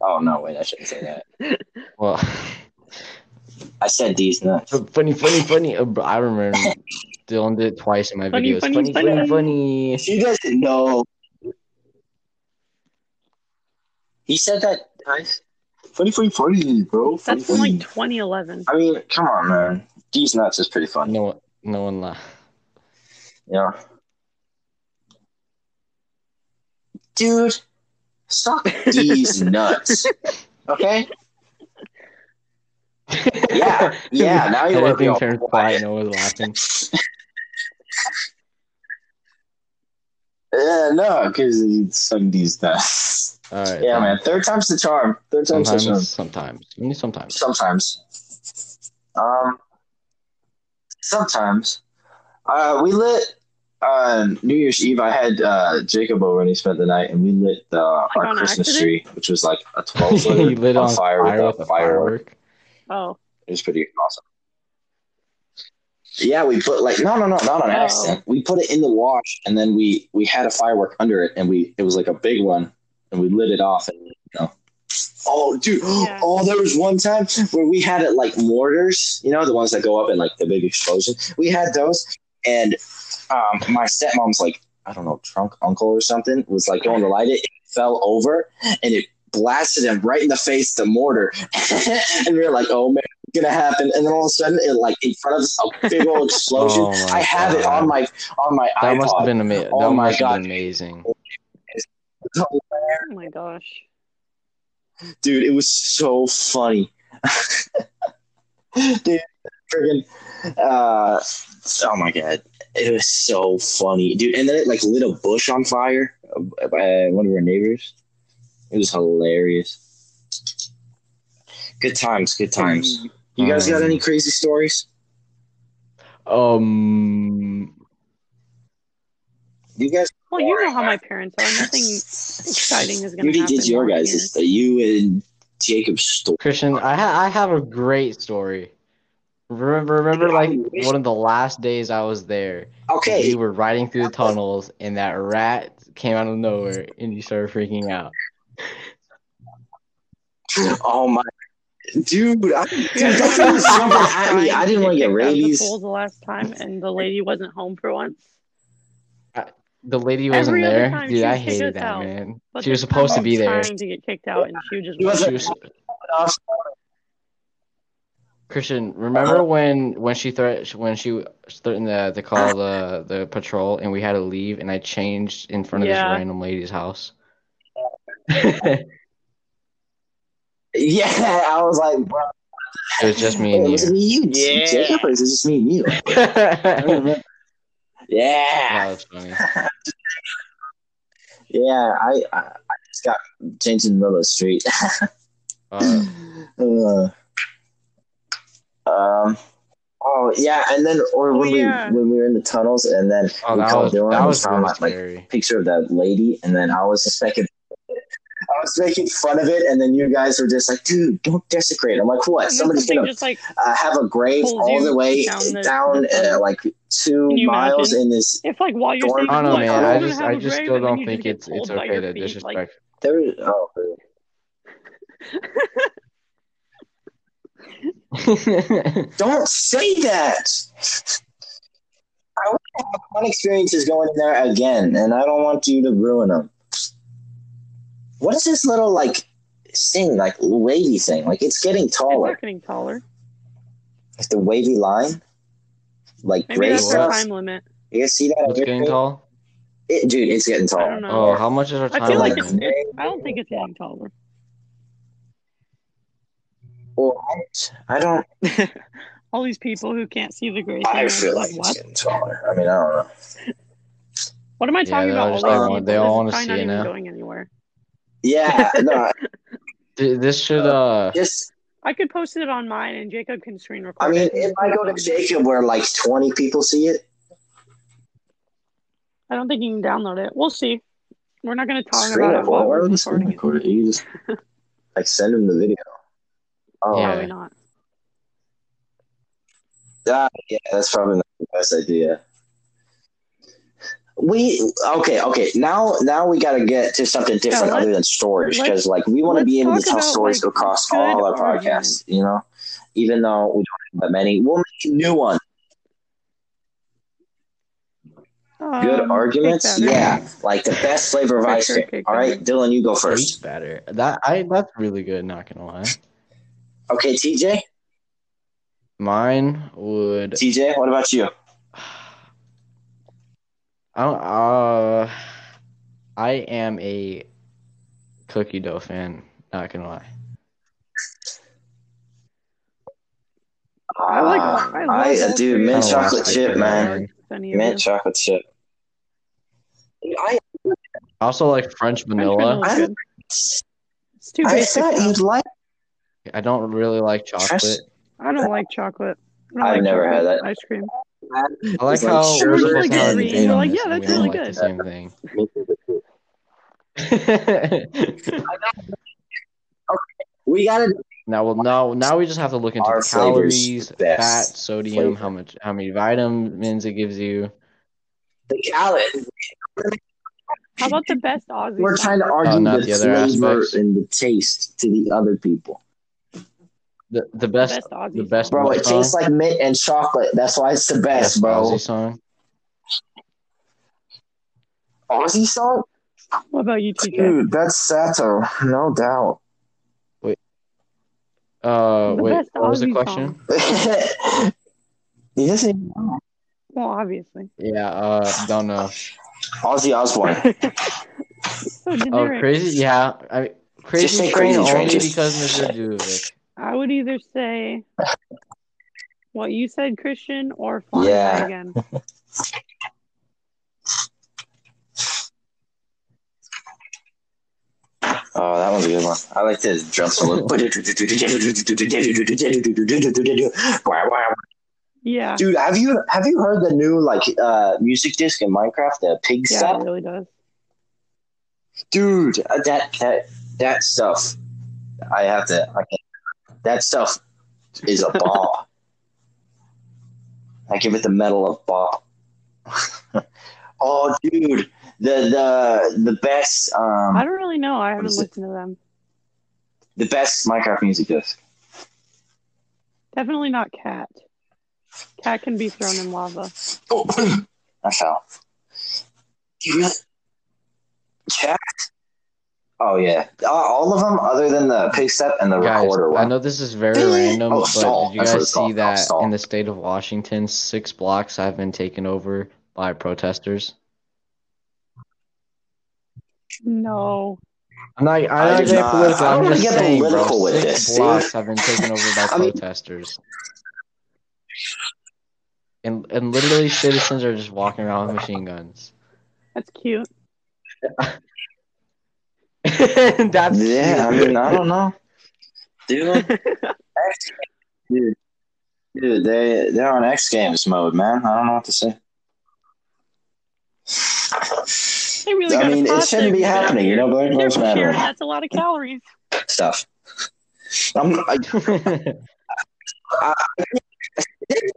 Speaker 1: oh no, wait, I shouldn't say that.
Speaker 2: Well,
Speaker 1: I said these nuts.
Speaker 2: funny, funny, funny. uh, bro, I remember Dylan did it twice in my
Speaker 3: Funny,
Speaker 2: videos.
Speaker 3: funny,
Speaker 2: Funny, funny,
Speaker 3: funny.
Speaker 2: funny.
Speaker 1: She doesn't know. He said that. Nice. Funny, funny, funny, bro. Funny,
Speaker 3: That's from like
Speaker 1: funny.
Speaker 3: 2011.
Speaker 1: I mean, come on, man. These nuts is pretty funny.
Speaker 2: No one, no one laughed.
Speaker 1: Yeah. Dude, suck these nuts. Okay? Yeah. Yeah, now you want to be
Speaker 2: Everything
Speaker 1: all
Speaker 2: turned
Speaker 1: quiet.
Speaker 2: quiet. No one was laughing.
Speaker 1: Yeah, no, because suck these nuts.
Speaker 2: All right.
Speaker 1: Yeah,
Speaker 2: fine.
Speaker 1: man. Third time's the charm. Third time's the charm.
Speaker 2: Sometimes, sometimes, only sometimes.
Speaker 1: Sometimes. Um, sometimes. Uh, we lit on New Year's Eve. I had uh, Jacob over and he spent the night, and we lit uh, our
Speaker 3: on
Speaker 1: Christmas
Speaker 3: accident?
Speaker 1: tree, which was like a twelve
Speaker 2: he
Speaker 1: liter
Speaker 2: lit
Speaker 1: on,
Speaker 2: on
Speaker 1: fire, with a firework.
Speaker 2: a firework.
Speaker 3: Oh,
Speaker 1: It was pretty awesome. Yeah, we put like no, no, no, not on
Speaker 3: Oh.
Speaker 1: accident. We put it in the wash, and then we we had a firework under it, and we it was like a big one, and we lit it off, and you know. Oh, dude!
Speaker 3: Yeah.
Speaker 1: Oh, there was one time where we had it like mortars, you know, the ones that go up in like the big explosion. We had those, and um, my stepmom's like, I don't know, drunk uncle or something was like going to light it. It fell over, and it blasted him right in the face. The mortar, and we were like, oh man gonna happen and then all of a sudden it like in front of us a big old explosion
Speaker 2: Oh my
Speaker 1: i have it
Speaker 2: God.
Speaker 1: on my on my
Speaker 2: That must have
Speaker 1: ipod
Speaker 2: been amazing.
Speaker 1: Oh
Speaker 2: that
Speaker 1: my
Speaker 2: must have
Speaker 1: God.
Speaker 2: been amazing.
Speaker 3: oh my gosh.
Speaker 1: dude it was so funny dude friggin uh oh my god it was so funny dude and then it like lit a bush on fire uh, by one of our neighbors it was hilarious good times good times you guys got
Speaker 2: Um,
Speaker 1: any crazy stories
Speaker 2: Um,
Speaker 1: you guys
Speaker 3: Well, you know how my parents are. Nothing exciting is
Speaker 1: You
Speaker 3: going
Speaker 1: already
Speaker 3: to happen.
Speaker 1: did your
Speaker 3: down
Speaker 1: guys.
Speaker 3: here.
Speaker 1: It's the you and Jacob's story.
Speaker 2: Christian, I ha- I have a great story. Remember, remember,
Speaker 1: Dude, I
Speaker 2: like
Speaker 1: wish-
Speaker 2: one of the last days I was there.
Speaker 1: Okay,
Speaker 2: we were riding through the tunnels, and that rat came out of nowhere, and you started freaking out.
Speaker 1: Oh my, dude! I, dude
Speaker 3: Yeah,
Speaker 1: that
Speaker 3: I
Speaker 1: thing was
Speaker 3: remember
Speaker 1: jumping at me.
Speaker 3: trying
Speaker 1: I didn't want to get
Speaker 3: kick out of the
Speaker 1: rabies.
Speaker 3: pool the last time, and the lady wasn't home for once.
Speaker 2: The lady wasn't
Speaker 3: Every other
Speaker 2: there,
Speaker 3: time
Speaker 2: dude.
Speaker 3: she
Speaker 2: I
Speaker 3: would kick
Speaker 2: hated that
Speaker 3: us out,
Speaker 2: man.
Speaker 3: But
Speaker 2: She was
Speaker 3: this time
Speaker 2: supposed to
Speaker 3: I'm
Speaker 2: be there.
Speaker 3: Trying to get kicked out, and she would just.
Speaker 1: She wasn't-
Speaker 2: She was- Christian, remember when when she threat when she threatened the to call the the patrol and we had to leave and I changed in front of
Speaker 3: Yeah.
Speaker 2: this random lady's house.
Speaker 1: Yeah, I was like, bro,
Speaker 2: It was just me and
Speaker 1: was it
Speaker 2: you.
Speaker 1: me, you,
Speaker 4: Yeah.
Speaker 1: Jacob, or is it just me and you? I don't
Speaker 2: that
Speaker 1: remember. Yeah,
Speaker 2: was funny.
Speaker 1: yeah. I, I, I just got changed in the middle of the street.
Speaker 2: Uh,
Speaker 1: Uh, um. Oh yeah, and then or
Speaker 3: Oh,
Speaker 1: when
Speaker 3: yeah.
Speaker 1: we when we were in the tunnels, and then
Speaker 2: oh,
Speaker 1: we
Speaker 2: that
Speaker 1: called
Speaker 2: was
Speaker 1: Dylan.
Speaker 2: that
Speaker 1: we
Speaker 2: was
Speaker 1: found,
Speaker 2: really
Speaker 1: like, like
Speaker 2: scary.
Speaker 1: picture of that lady, and then I was just making, I was making fun of it, and then you guys were just like, "Dude, don't desecrate." I'm like, "What?
Speaker 3: And then
Speaker 1: Somebody's
Speaker 3: something
Speaker 1: gonna
Speaker 3: just like
Speaker 1: uh, have a grave
Speaker 3: pulls
Speaker 1: all the
Speaker 3: you
Speaker 1: way
Speaker 3: down the-
Speaker 1: down,
Speaker 3: the-
Speaker 1: uh, like two
Speaker 3: Can you
Speaker 1: miles
Speaker 3: imagine?
Speaker 1: in this."
Speaker 3: if like while you're
Speaker 1: Dorm-
Speaker 3: saying,
Speaker 2: I don't know,
Speaker 3: "Look,
Speaker 2: man.
Speaker 1: I'm
Speaker 2: I
Speaker 3: gonna
Speaker 2: just
Speaker 3: have
Speaker 2: I
Speaker 3: a
Speaker 2: just
Speaker 3: grave,"
Speaker 2: still
Speaker 3: and then
Speaker 2: don't
Speaker 3: you
Speaker 2: think
Speaker 3: just
Speaker 2: it's
Speaker 3: get
Speaker 2: it's
Speaker 3: pulled by
Speaker 2: okay
Speaker 3: your
Speaker 2: to
Speaker 3: feet,
Speaker 2: disrespect.
Speaker 3: Like,
Speaker 1: There, oh, don't say that. I want to have fun experiences going in there again, and I don't want you to ruin them. What is this little like thing, like wavy thing? Like it's getting
Speaker 3: it's
Speaker 1: taller.
Speaker 3: not getting taller.
Speaker 1: Like the wavy line, like
Speaker 3: Maybe
Speaker 1: gray
Speaker 3: that's
Speaker 1: stuff.
Speaker 3: our time limit.
Speaker 1: You guys see that?
Speaker 2: What's
Speaker 1: over
Speaker 2: getting
Speaker 1: here?
Speaker 2: tall?
Speaker 1: It, dude, it's getting
Speaker 3: I
Speaker 1: taller.
Speaker 3: don't know.
Speaker 2: Oh, how much is our
Speaker 3: I
Speaker 2: time?
Speaker 3: feel like
Speaker 2: limit?
Speaker 3: it's, it's. I don't think it's getting taller.
Speaker 1: Well, I, I don't.
Speaker 3: All these people who can't see the gray.
Speaker 1: I
Speaker 3: thing,
Speaker 1: feel like it's
Speaker 3: what?
Speaker 1: getting taller. I mean, I don't know.
Speaker 3: What am I
Speaker 2: Yeah,
Speaker 3: talking
Speaker 2: they're all
Speaker 3: about?
Speaker 2: just
Speaker 1: like,
Speaker 3: these
Speaker 1: want-
Speaker 2: they
Speaker 3: people?
Speaker 2: all
Speaker 3: This is
Speaker 2: wanna
Speaker 3: probably
Speaker 2: see
Speaker 3: not
Speaker 2: it
Speaker 3: even
Speaker 2: now.
Speaker 3: going anywhere.
Speaker 1: Yeah, no,
Speaker 2: Th- This should uh
Speaker 1: just
Speaker 3: I could post it on mine, and Jacob can screen record.
Speaker 1: I mean,
Speaker 3: it and
Speaker 1: if
Speaker 3: put
Speaker 1: I
Speaker 3: it
Speaker 1: go to
Speaker 3: on-
Speaker 1: Jacob where like twenty people see it,
Speaker 3: I don't think you can download it. We'll see. We're not going to talk
Speaker 1: screen
Speaker 3: about
Speaker 1: it.
Speaker 3: it while
Speaker 1: Why
Speaker 3: we're
Speaker 1: would you screen
Speaker 3: recording it.
Speaker 1: record it? You just like send them the video. Oh,
Speaker 2: Yeah.
Speaker 1: yeah,
Speaker 3: Probably not.
Speaker 1: Ah, yeah that's probably not the best idea. we okay, okay. Now, now we got to get to something different
Speaker 3: Yeah,
Speaker 1: other than storage
Speaker 3: let's-
Speaker 1: because, like, we want to
Speaker 3: let's
Speaker 1: be able to
Speaker 3: talk
Speaker 1: tell
Speaker 3: about,
Speaker 1: stories
Speaker 3: like,
Speaker 1: across
Speaker 3: good
Speaker 1: all our
Speaker 3: arguments.
Speaker 1: podcasts. You know, even though we don't have that many, we'll make a new one. Good
Speaker 3: Um,
Speaker 1: arguments,
Speaker 3: cake batter.
Speaker 1: yeah. Like the best flavor of
Speaker 3: For
Speaker 1: ice
Speaker 3: sure,
Speaker 1: cream.
Speaker 3: cake
Speaker 1: All right, Dylan, you go
Speaker 2: First
Speaker 1: first.
Speaker 2: batter. That I that's really good. Not gonna lie.
Speaker 1: Okay, TJ.
Speaker 2: Mine would.
Speaker 1: TJ, what about you?
Speaker 2: I don't, uh, I am a cookie dough fan. Not gonna lie.
Speaker 3: I like.
Speaker 1: Uh,
Speaker 3: I, love
Speaker 1: I-
Speaker 3: all
Speaker 1: dude,
Speaker 3: three.
Speaker 1: mint
Speaker 2: Oh, I don't
Speaker 1: chocolate
Speaker 2: like it,
Speaker 1: chip,
Speaker 2: but
Speaker 1: man.
Speaker 2: I like it.
Speaker 3: Any of
Speaker 1: mint
Speaker 3: you.
Speaker 1: chocolate chip. I,
Speaker 2: I also like French vanilla.
Speaker 3: French vanilla's
Speaker 1: I-
Speaker 3: good. It's too
Speaker 1: I
Speaker 3: basic.
Speaker 1: thought
Speaker 3: though.
Speaker 1: you'd like.
Speaker 2: I don't really like chocolate.
Speaker 3: I don't like chocolate. I don't
Speaker 1: I've
Speaker 3: like
Speaker 1: never had
Speaker 3: chocolate
Speaker 1: that.
Speaker 3: ice cream.
Speaker 2: I like
Speaker 1: It's like
Speaker 2: how
Speaker 1: sugar
Speaker 2: we're both
Speaker 1: Really
Speaker 2: on
Speaker 1: good
Speaker 2: the
Speaker 1: reason.
Speaker 2: date on
Speaker 3: Like,
Speaker 2: this
Speaker 3: yeah,
Speaker 2: and we
Speaker 3: that's
Speaker 2: don't
Speaker 3: really
Speaker 2: like the same thing.
Speaker 1: We gotta.
Speaker 2: now, well, now, now we just have to look into
Speaker 1: Our
Speaker 2: the
Speaker 1: flavors
Speaker 2: calories,
Speaker 1: the best
Speaker 2: fat, sodium,
Speaker 1: flavor.
Speaker 2: how much, how many vitamins it gives you.
Speaker 1: The calories.
Speaker 3: How about the best Aussie?
Speaker 1: We're trying to
Speaker 3: song?
Speaker 1: argue
Speaker 2: Oh, not
Speaker 1: the,
Speaker 2: the other
Speaker 1: flavor
Speaker 2: aspects.
Speaker 1: and the taste to the other people.
Speaker 2: The the best,
Speaker 3: best Aussie
Speaker 2: the best
Speaker 1: Bro,
Speaker 2: what
Speaker 1: it
Speaker 2: song?
Speaker 1: tastes like mint and chocolate. That's why it's the best,
Speaker 2: best
Speaker 1: bro.
Speaker 2: Aussie song.
Speaker 1: Aussie song?
Speaker 3: song. What about you, TJ?
Speaker 1: Dude, that's Sato, no doubt.
Speaker 2: Uh,
Speaker 3: The
Speaker 2: wait,
Speaker 3: best
Speaker 2: what was the
Speaker 3: Aussie
Speaker 2: question?
Speaker 3: song.
Speaker 1: he doesn't even know.
Speaker 3: Well, obviously.
Speaker 2: Yeah, uh, don't know.
Speaker 1: Ozzy Osbourne.
Speaker 3: So
Speaker 2: Oh,
Speaker 3: generic.
Speaker 2: crazy. Yeah, I crazy
Speaker 1: say
Speaker 2: train
Speaker 1: Crazy Train,
Speaker 2: only
Speaker 1: just-
Speaker 2: because Mr. Duvick.
Speaker 3: I would either say what you said, Christian, or flying
Speaker 1: Yeah.
Speaker 3: High again.
Speaker 1: Oh, that one's a good one. I like the drum solo.
Speaker 3: Yeah,
Speaker 1: Dude, have you have you heard the new like uh music disc in Minecraft, the pig
Speaker 3: yeah,
Speaker 1: stuff?
Speaker 3: it really does.
Speaker 1: Dude, uh, that that that stuff. I have to. I can't. That stuff is a ball. I give it the medal of ball. oh, dude, the the the best um
Speaker 3: I don't really know. I haven't
Speaker 1: is it?
Speaker 3: listened to them.
Speaker 1: the best Minecraft music disc.
Speaker 3: Definitely not cat. Cat can be thrown in lava.
Speaker 1: Oh, I fell. Do you really? Cat? Oh yeah, uh, all of them other than the pig step and the
Speaker 2: Guys,
Speaker 1: recorder
Speaker 2: I
Speaker 1: one.
Speaker 2: know this is very
Speaker 1: Billy!
Speaker 2: random,
Speaker 1: Oh,
Speaker 2: but
Speaker 1: stall.
Speaker 2: did you
Speaker 1: That's what
Speaker 2: guys
Speaker 1: it's called.
Speaker 2: see that
Speaker 1: Stall.
Speaker 2: in the state of Washington, six blocks have been taken over by protesters?
Speaker 3: No.
Speaker 2: I'm not, I'm
Speaker 1: I
Speaker 2: not
Speaker 1: did
Speaker 2: getting
Speaker 1: not-
Speaker 2: political.
Speaker 1: I don't
Speaker 2: I'm
Speaker 1: wanna
Speaker 2: just
Speaker 1: get
Speaker 2: saying,
Speaker 1: political
Speaker 2: bro,
Speaker 1: with
Speaker 2: six
Speaker 1: this, dude.
Speaker 2: blocks have been taken over by
Speaker 1: I mean-
Speaker 2: protesters. And, and literally, citizens are just walking around with machine guns.
Speaker 3: That's cute.
Speaker 2: That's
Speaker 1: Yeah, I
Speaker 2: cute.
Speaker 1: mean, I don't know, dude. X- dude, dude, they they're on X Games mode, man. I don't know what to say.
Speaker 3: They really
Speaker 1: I
Speaker 3: got a
Speaker 1: mean, it shouldn't
Speaker 3: prostate
Speaker 1: be
Speaker 3: down
Speaker 1: happening, you
Speaker 3: here.
Speaker 1: know. Black
Speaker 3: They're
Speaker 1: Lives
Speaker 3: sure
Speaker 1: Matter
Speaker 3: that's a lot of calories.
Speaker 1: stuff. I'm, I, I didn't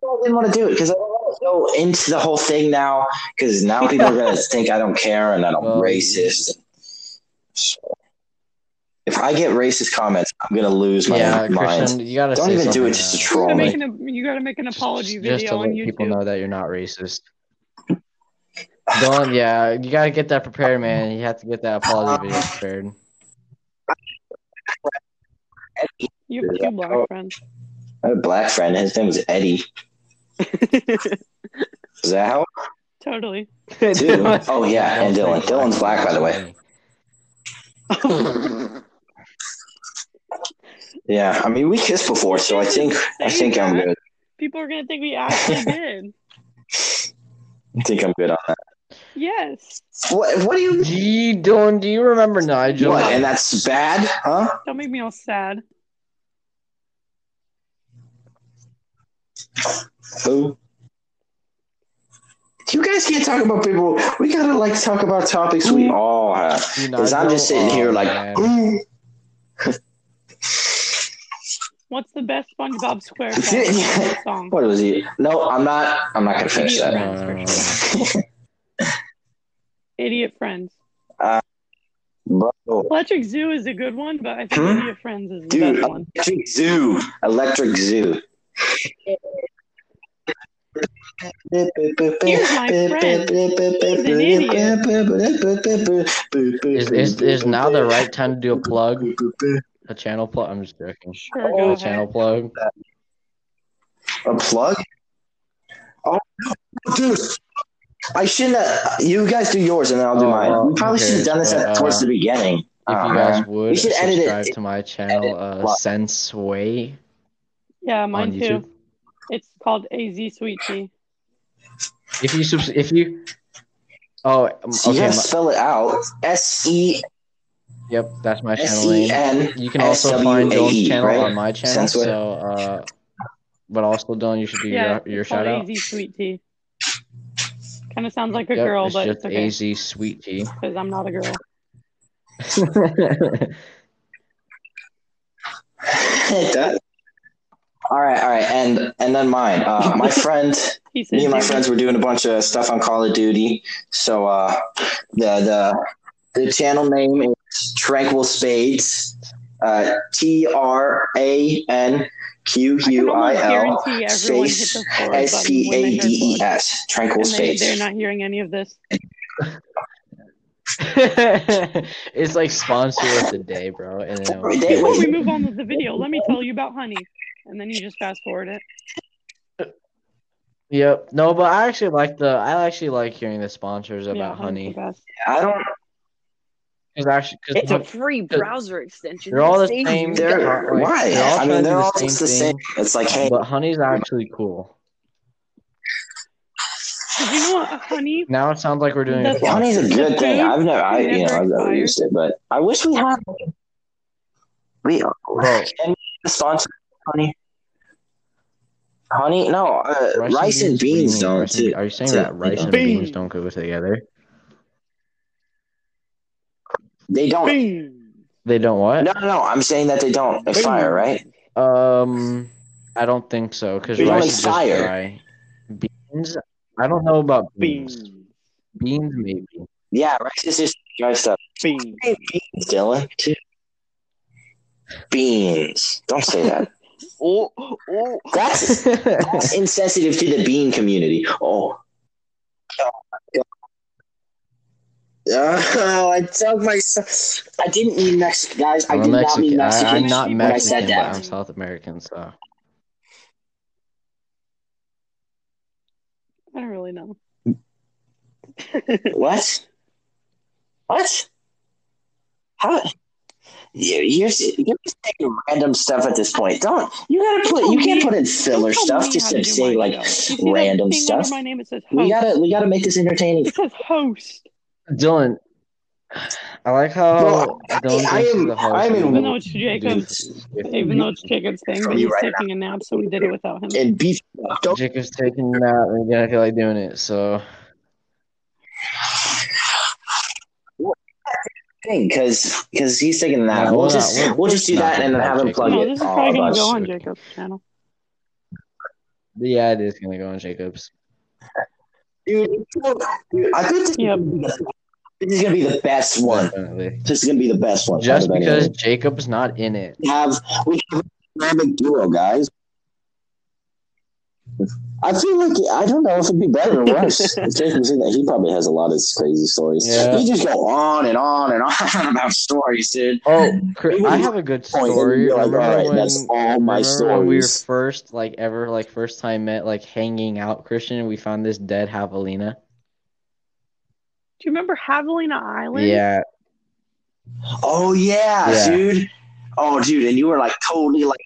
Speaker 1: want to do it because I don't want to go into the whole thing now. Because now people are gonna think I don't care and that I'm
Speaker 2: Well-
Speaker 1: racist. If I get racist comments, I'm gonna lose my
Speaker 2: yeah,
Speaker 1: mind.
Speaker 2: Christian, you gotta
Speaker 1: Don't
Speaker 2: say
Speaker 1: even do
Speaker 2: something
Speaker 1: it just to
Speaker 2: now.
Speaker 3: You
Speaker 1: troll
Speaker 3: gotta
Speaker 1: me.
Speaker 3: make an, you gotta make an
Speaker 2: Just-
Speaker 3: apology
Speaker 2: just,
Speaker 3: video
Speaker 2: to
Speaker 3: on
Speaker 2: let
Speaker 3: YouTube.
Speaker 2: people know that you're not racist. Don't, yeah, you gotta get that prepared, man. You have to get that
Speaker 1: Uh,
Speaker 2: apology video prepared.
Speaker 3: You have two black
Speaker 1: Oh.
Speaker 3: friends.
Speaker 1: I had a black friend. His name was Eddie. Is that how?
Speaker 3: Totally.
Speaker 1: Dude. Oh yeah, and Dylan. Dylan's black, by the way. Yeah, I mean we kissed before, so I think I think I'm good.
Speaker 3: People are gonna think we actually did.
Speaker 1: I think I'm good on that.
Speaker 3: Yes.
Speaker 1: What? What do you?
Speaker 2: Do you, Dylan, do you remember Nigel?
Speaker 1: What? And that's bad, huh?
Speaker 3: Don't make me all sad.
Speaker 1: Who? You guys can't talk about people. We gotta like talk about topics we all have.
Speaker 2: Do
Speaker 1: Because I'm
Speaker 2: Nigel?
Speaker 1: just sitting here
Speaker 2: Oh,
Speaker 1: like,
Speaker 2: man.
Speaker 1: "Ooh."
Speaker 3: What's the best SpongeBob SquarePants song?
Speaker 1: what was he? No, I'm not. I'm not gonna finish
Speaker 3: Idiot
Speaker 1: that.
Speaker 3: Friends, for
Speaker 2: No.
Speaker 3: sure. Idiot Friends.
Speaker 1: Bro.
Speaker 3: Electric Zoo is a good one, but I think
Speaker 1: Hmm?
Speaker 3: Idiot Friends is the
Speaker 1: Dude,
Speaker 3: best one.
Speaker 1: Electric Zoo. Electric Zoo.
Speaker 3: friend.
Speaker 2: Is, is is now the right time to do a plug? A channel plug? I'm just joking.
Speaker 3: Sure,
Speaker 1: Oh,
Speaker 2: A
Speaker 3: go ahead.
Speaker 2: channel plug.
Speaker 1: A plug? Oh, no, dude. I shouldn't have. You guys do yours and then I'll do
Speaker 2: Oh,
Speaker 1: mine.
Speaker 2: well,
Speaker 1: We probably
Speaker 2: who
Speaker 1: should have done this
Speaker 2: cares,
Speaker 1: at,
Speaker 2: but,
Speaker 1: towards
Speaker 2: uh,
Speaker 1: the beginning.
Speaker 2: If
Speaker 1: Oh,
Speaker 2: you guys
Speaker 1: man.
Speaker 2: would
Speaker 1: should edit it.
Speaker 2: subscribe to my channel, uh,
Speaker 1: Plug.
Speaker 2: Sense Way
Speaker 3: Yeah,
Speaker 2: on
Speaker 3: mine too.
Speaker 2: YouTube.
Speaker 3: It's called AZ Sweet Tea.
Speaker 2: If you subs, if you, oh, um,
Speaker 1: So you
Speaker 2: okay,
Speaker 1: gotta
Speaker 2: my,
Speaker 1: spell it out. S E
Speaker 2: yep, that's my
Speaker 1: S
Speaker 2: channel
Speaker 1: E
Speaker 2: name.
Speaker 1: N.
Speaker 2: You can also
Speaker 1: SWAE,
Speaker 2: find Dylan's channel
Speaker 1: E, right?
Speaker 2: on my channel.
Speaker 1: Sense Way.
Speaker 2: So, uh, but also Dylan, you should do
Speaker 3: yeah,
Speaker 2: your your
Speaker 3: it's called
Speaker 2: shout out.
Speaker 3: AZ Sweet Tea. Kind of sounds like a
Speaker 2: Yep,
Speaker 3: girl,
Speaker 2: it's
Speaker 3: but
Speaker 2: just
Speaker 3: it's okay
Speaker 2: AZ Sweet Tea.
Speaker 3: because I'm not a girl.
Speaker 1: It does. all right, all right, and and then mine. Uh, my friend,
Speaker 3: He said,
Speaker 1: me and my
Speaker 3: "Dude,
Speaker 1: friends were doing a bunch of stuff on Call of Duty. So uh, the the the channel name is Tranquil Spades. Uh, T R A N Q
Speaker 3: I can
Speaker 1: U I
Speaker 3: almost
Speaker 1: L
Speaker 3: guarantee everyone hit
Speaker 1: space
Speaker 3: the forward
Speaker 1: S
Speaker 3: button
Speaker 1: P
Speaker 3: when
Speaker 1: A
Speaker 3: they
Speaker 1: D E
Speaker 3: heard plug.
Speaker 1: S. Tranquil
Speaker 3: And they, they're
Speaker 1: Spades.
Speaker 3: not hearing any of this.
Speaker 2: it's like sponsor of the day, bro. And then
Speaker 1: Every day,
Speaker 3: Before we
Speaker 1: wait,
Speaker 3: move on with the video, let me tell you about honey. And then you just fast forward it.
Speaker 2: Yep. No, but I actually like the I actually like hearing the sponsors about
Speaker 3: Yeah,
Speaker 2: honey.
Speaker 3: honey's the best.
Speaker 1: I don't.
Speaker 2: Because actually,
Speaker 4: It's a
Speaker 2: because
Speaker 4: free browser extension.
Speaker 2: they're all the
Speaker 4: Save
Speaker 2: same.
Speaker 4: you
Speaker 1: They're-
Speaker 2: they're all-
Speaker 1: why?
Speaker 2: they're all
Speaker 1: I mean,
Speaker 2: trying to
Speaker 1: they're
Speaker 2: do
Speaker 1: all just the same. It's like, hey,
Speaker 2: But honey's actually cool.
Speaker 3: Did you know what a honey?
Speaker 2: Now it sounds like we're doing a
Speaker 3: That's-
Speaker 2: sponsor.
Speaker 1: Honey's a good thing. I've never, I you know, I've never used it, but I wish we had. We
Speaker 2: Bro,
Speaker 1: sponsor honey. Honey, no, uh, rice, and beans,
Speaker 2: what do you
Speaker 1: don't. too.
Speaker 2: mean? Rice and be- Are you saying
Speaker 1: to-
Speaker 2: that rice and
Speaker 4: Beans.
Speaker 2: beans don't go together?
Speaker 1: They don't.
Speaker 4: Bing.
Speaker 2: They don't what?
Speaker 1: No, no, no. I'm saying that they don't
Speaker 4: Bing.
Speaker 1: fire, right?
Speaker 2: Um, I don't think so because
Speaker 1: They don't
Speaker 2: rice
Speaker 1: like
Speaker 2: is
Speaker 1: fire.
Speaker 2: just dry. Beans, I don't know about beans.
Speaker 4: Bing.
Speaker 2: Beans, maybe.
Speaker 1: Yeah, rice is just dry stuff.
Speaker 4: Bing.
Speaker 1: Hey, beans, Dylan. Too. Beans. Don't say that.
Speaker 4: Oh, oh.
Speaker 1: That's that's insensitive to the bean community. Oh. Oh, I told myself. I didn't mean Mexican, guys. I
Speaker 2: I'm
Speaker 1: did not
Speaker 2: Mexican.
Speaker 1: mean Mexican.
Speaker 2: I, am not
Speaker 3: when I
Speaker 2: Mexican,
Speaker 1: said that.
Speaker 2: but I'm South American, so
Speaker 3: I don't really know.
Speaker 1: What? What? How? You- You're, you're just saying random stuff at this point. Don't you gotta put you can't put in filler
Speaker 3: Don't tell
Speaker 1: stuff
Speaker 3: me
Speaker 1: just
Speaker 3: how to
Speaker 1: to
Speaker 3: do
Speaker 1: say
Speaker 3: my
Speaker 1: like
Speaker 3: show. You see that
Speaker 1: random
Speaker 3: thing
Speaker 1: stuff.
Speaker 3: Under my name, it says host.
Speaker 1: We gotta we gotta make this entertaining.
Speaker 3: It says host.
Speaker 2: Dylan. I like how
Speaker 1: Bro,
Speaker 2: Dylan
Speaker 1: I- I
Speaker 2: thinks he's
Speaker 1: am-
Speaker 2: the host,
Speaker 1: I am in
Speaker 2: even
Speaker 3: Even
Speaker 2: though
Speaker 3: though it's Jacob's,
Speaker 1: Dudes.
Speaker 3: even though it's Jacob's thing,
Speaker 1: From
Speaker 3: but
Speaker 1: you
Speaker 3: he's
Speaker 1: right
Speaker 3: taking a nap, so we did it without him.
Speaker 1: And beef. Don't
Speaker 2: Jacob's taking that and gonna feel like doing it. So
Speaker 1: thing because because he's taking a nap.
Speaker 2: Nah,
Speaker 1: We'll,
Speaker 2: we'll
Speaker 1: just
Speaker 2: not-
Speaker 1: we'll,
Speaker 2: we'll-
Speaker 1: just do
Speaker 2: not
Speaker 1: that and then
Speaker 2: do
Speaker 1: have
Speaker 2: that,
Speaker 1: him
Speaker 2: Jacob.
Speaker 1: plug
Speaker 3: No,
Speaker 1: it.
Speaker 3: this is
Speaker 1: all
Speaker 3: probably
Speaker 1: of
Speaker 3: gonna
Speaker 1: us.
Speaker 3: go on
Speaker 2: okay.
Speaker 3: Jacob's channel.
Speaker 2: yeah, it is gonna go on Jacob's.
Speaker 1: Dude, dude, I think this,
Speaker 3: Yep.
Speaker 1: this is gonna be the best one.
Speaker 2: Definitely.
Speaker 1: This is gonna be the best one.
Speaker 2: Just
Speaker 1: out of any
Speaker 2: because
Speaker 1: of them.
Speaker 2: Jacob's not in it.
Speaker 1: we have we have a dynamic duo, guys. I feel like I don't know if it'd be better or worse. If Jacob's in there, he probably has a lot of crazy stories.
Speaker 2: Yeah.
Speaker 1: He just go on and on and on about stories, dude.
Speaker 2: Oh, Chris,
Speaker 1: Maybe
Speaker 2: I
Speaker 1: we-
Speaker 2: have a good
Speaker 1: Point, and
Speaker 2: story.
Speaker 1: you're like,
Speaker 2: Remember
Speaker 1: all right,
Speaker 2: when?
Speaker 1: that's all my
Speaker 2: remember when we were
Speaker 1: stories.
Speaker 2: first, like ever, like first time met, like hanging out, Christian. and We found this dead javelina.
Speaker 3: Do you remember Javelina Island?
Speaker 2: Yeah,
Speaker 1: Oh yeah,
Speaker 2: Yeah.
Speaker 1: dude. Oh dude, and you were like totally like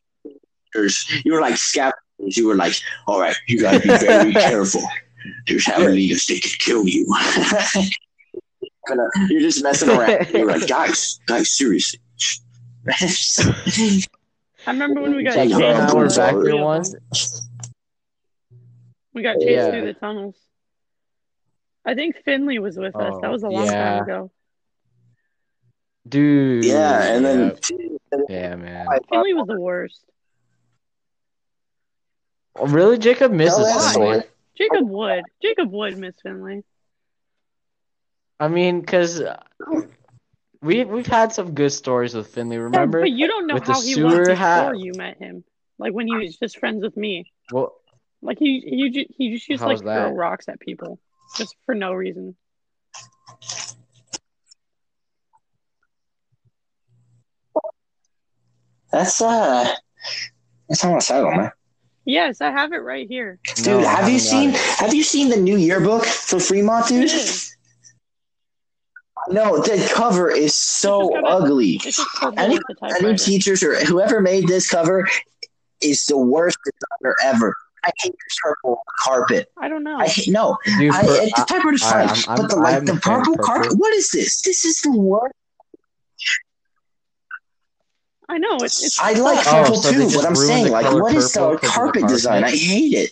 Speaker 1: you were like scavengers. You were like, all right, you gotta be very careful. There's javelinas, they could kill you. You're just messing around. You're like, guys, guys, seriously.
Speaker 3: I remember when we got
Speaker 1: Yeah,
Speaker 3: chased
Speaker 1: you
Speaker 2: Jacob's
Speaker 1: know,
Speaker 2: hour
Speaker 3: through
Speaker 1: Bruce
Speaker 3: the
Speaker 2: back
Speaker 1: Allen.
Speaker 2: here
Speaker 3: real-
Speaker 2: once.
Speaker 3: We got chased
Speaker 2: Yeah.
Speaker 3: through the tunnels. I think Finley was with us.
Speaker 2: Oh,
Speaker 3: That was a long
Speaker 2: yeah.
Speaker 3: time ago.
Speaker 2: Dude.
Speaker 1: yeah, and then
Speaker 2: Yeah, man.
Speaker 3: Finley was the worst.
Speaker 2: Oh, Really, Jacob misses
Speaker 1: that
Speaker 2: Finley.
Speaker 1: story.
Speaker 3: Jacob would. Jacob would miss Finley.
Speaker 2: I mean, because we we've had some good stories with Finley. Remember,
Speaker 3: but you don't know
Speaker 2: with the
Speaker 3: how he was
Speaker 2: sewer
Speaker 3: before
Speaker 2: hat-
Speaker 3: you met him. Like when he was just friends with me.
Speaker 2: well,
Speaker 3: Like he he ju- he just used to,
Speaker 2: How
Speaker 3: like
Speaker 2: was that?
Speaker 3: throw rocks at people just for no reason.
Speaker 1: That's uh, that's not asylum, man.
Speaker 3: Yes, I have it right here.
Speaker 1: Dude,
Speaker 2: No, I
Speaker 1: have
Speaker 2: haven't
Speaker 1: you
Speaker 2: got
Speaker 1: seen
Speaker 2: it.
Speaker 1: have you seen the new yearbook for Fremont, dude?
Speaker 3: It is.
Speaker 1: No, the cover is so
Speaker 3: It's just got a-
Speaker 1: ugly.
Speaker 3: It's just filled
Speaker 1: Any-
Speaker 3: with the
Speaker 1: Any
Speaker 3: typewriter.
Speaker 1: teachers or whoever made this cover is the worst designer ever. I hate the purple carpet.
Speaker 3: I don't know.
Speaker 1: I hate no.
Speaker 2: dude,
Speaker 1: I,
Speaker 2: for-
Speaker 1: it- the typewriter's fine,
Speaker 2: I- I'm- I'm-
Speaker 1: but the like
Speaker 2: I'm
Speaker 1: the
Speaker 2: a fan of
Speaker 1: purple
Speaker 2: purple.
Speaker 1: carpet. What is this? This is the worst.
Speaker 3: I know it, it's.
Speaker 1: I like
Speaker 2: Oh,
Speaker 1: purple
Speaker 2: so they
Speaker 1: too,
Speaker 2: just
Speaker 1: but I'm
Speaker 2: ruined
Speaker 1: saying
Speaker 2: the
Speaker 1: like,
Speaker 2: color
Speaker 1: what is
Speaker 2: purple
Speaker 1: the
Speaker 2: 'cause of the
Speaker 1: carpet design? I
Speaker 2: carpet?
Speaker 1: hate it.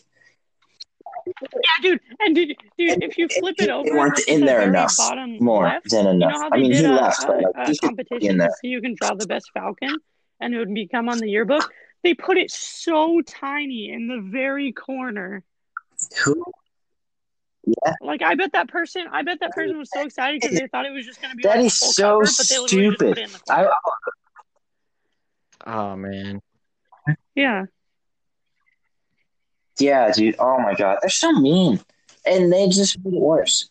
Speaker 3: Yeah, dude, and dude, dude,
Speaker 1: And
Speaker 3: if you flip
Speaker 1: it-
Speaker 3: it
Speaker 1: it
Speaker 3: over,
Speaker 1: weren't
Speaker 3: to
Speaker 1: in
Speaker 3: the
Speaker 1: there
Speaker 3: very
Speaker 1: enough
Speaker 3: Bottom
Speaker 1: More
Speaker 3: left,
Speaker 1: than
Speaker 3: you
Speaker 1: enough.
Speaker 3: know how
Speaker 1: I
Speaker 3: they
Speaker 1: mean,
Speaker 3: did
Speaker 1: he
Speaker 3: a,
Speaker 1: left,
Speaker 3: a,
Speaker 1: but like, he should
Speaker 3: a
Speaker 1: be in
Speaker 3: competition
Speaker 1: there.
Speaker 3: to see who can draw the best falcon, and it would become on the yearbook. They put it so tiny in the very corner.
Speaker 1: Who?
Speaker 3: Like I bet that person, I bet that person was so excited because they thought it was just going to be.
Speaker 1: That
Speaker 3: like,
Speaker 1: is
Speaker 3: a full
Speaker 1: so
Speaker 3: cover, but they literally just put
Speaker 1: stupid.
Speaker 3: it in the corner.
Speaker 1: I,
Speaker 2: oh man,
Speaker 3: yeah,
Speaker 1: yeah, dude. Oh my god, they're so mean, and they just made it worse.